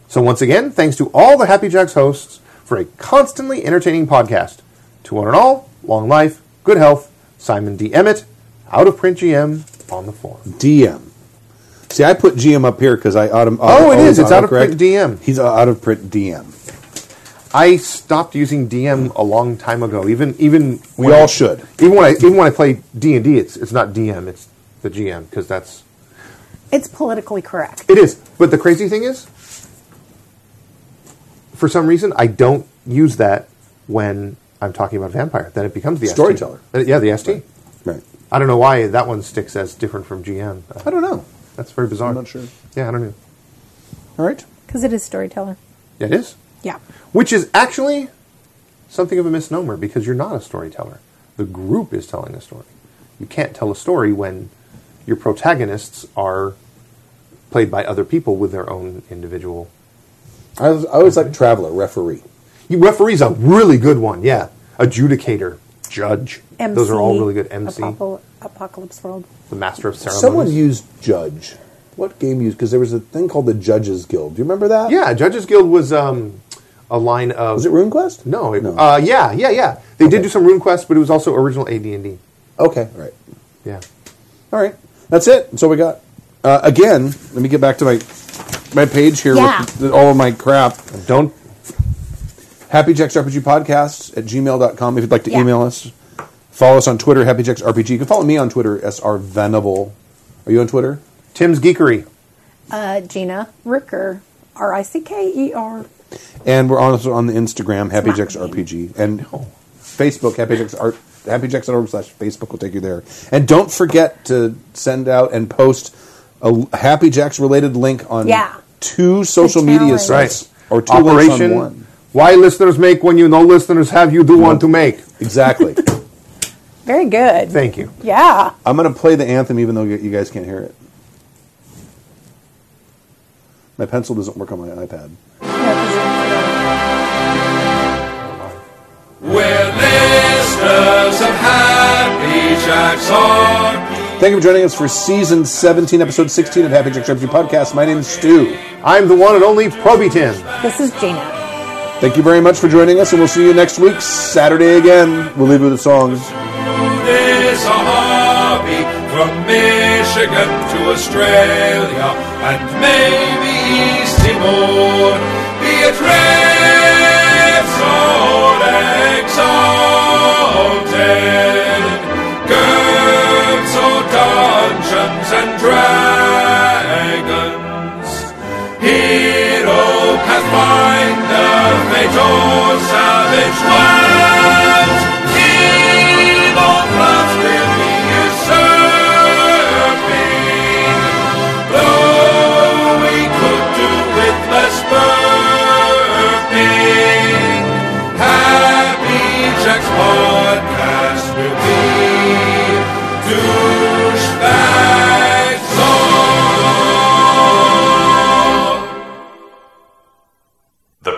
So, once again, thanks to all the Happy Jacks hosts for a constantly entertaining podcast. To one and all, long life, good health, Simon D. Emmett, out of print GM on the forum. DM. See, I put GM up here because I autom- Oh, it auto- is. It's out of autocorrect. print DM. He's a- out of print DM. I stopped using DM a long time ago. Even even We when I- all should. Even when I even when I play D and D, it's it's not DM, it's the GM because that's It's politically correct. it is. But the crazy thing is, for some reason, I don't use that when I'm talking about vampire. Then it becomes the ST. Storyteller. Uh, Yeah, the ST. Right. I don't know why that one sticks as different from GM. I don't know. That's very bizarre. I'm not sure. Yeah, I don't know. All right. Because it is storyteller. Yeah, it is. Yeah. Which is actually something of a misnomer because you're not a storyteller. The group is telling a story. You can't tell a story when your protagonists are played by other people with their own individual. I, was, I always like traveler referee. You, referee's a really good one, yeah. Adjudicator, judge. MC, Those are all really good. MC, Apocal- Apocalypse World. the master of ceremonies. Someone used judge. What game used? Because there was a thing called the Judges Guild. Do you remember that? yeah, Judges Guild was um, a line of. Was it RuneQuest? No, it, No. Uh, yeah, yeah, yeah. They did do some RuneQuest, but it was also original Uh, AD&D. Okay. All right. Yeah. All right. That's it. That's all we got. Uh, again, let me get back to my my page here Yeah. with the, all of my crap. Don't Happy Jacks RPG Podcast at gmail.com if you'd like to Yeah. email us. Follow us on Twitter, Happy Jacks RPG. You can follow me on Twitter, SR Venable. Are you on Twitter? Tim's geekery. Uh, Gina Ricker. R I C K E R. And we're also on the Instagram, Happy not Jacks me. RPG. And oh, Facebook, Happy Jacks Art. HappyJacks.org slash Facebook will take you there. And don't forget to send out and post a Happy Jacks related link on Yeah. two social The media challenge. sites. Or two links on Operation. one. Why listeners make when you know listeners have you do want to make. Exactly. Very good. Thank you. yeah. I'm going to play the anthem even though you you guys can't hear it. My pencil doesn't work on my iPad. We're listeners of Happy Jack's RPG. Thank you for joining us for season 17, episode 16 of Happy Jack Strategy Podcast. My name is Stu. I'm the one and only Proby Tim. This is Gina. Thank you very much for joining us, and we'll see you next week, Saturday again. We'll leave you with a song. This a hobby from Michigan to Australia and maybe East Timor. Be it revs or exalted, GURPS or Dungeons and Dragons. Hero, Pathfinder, Fate, or Savage Worlds. Evil plots will be usurping. Though we could do with less burping. Happy Jack's podcast will be douchebags all. The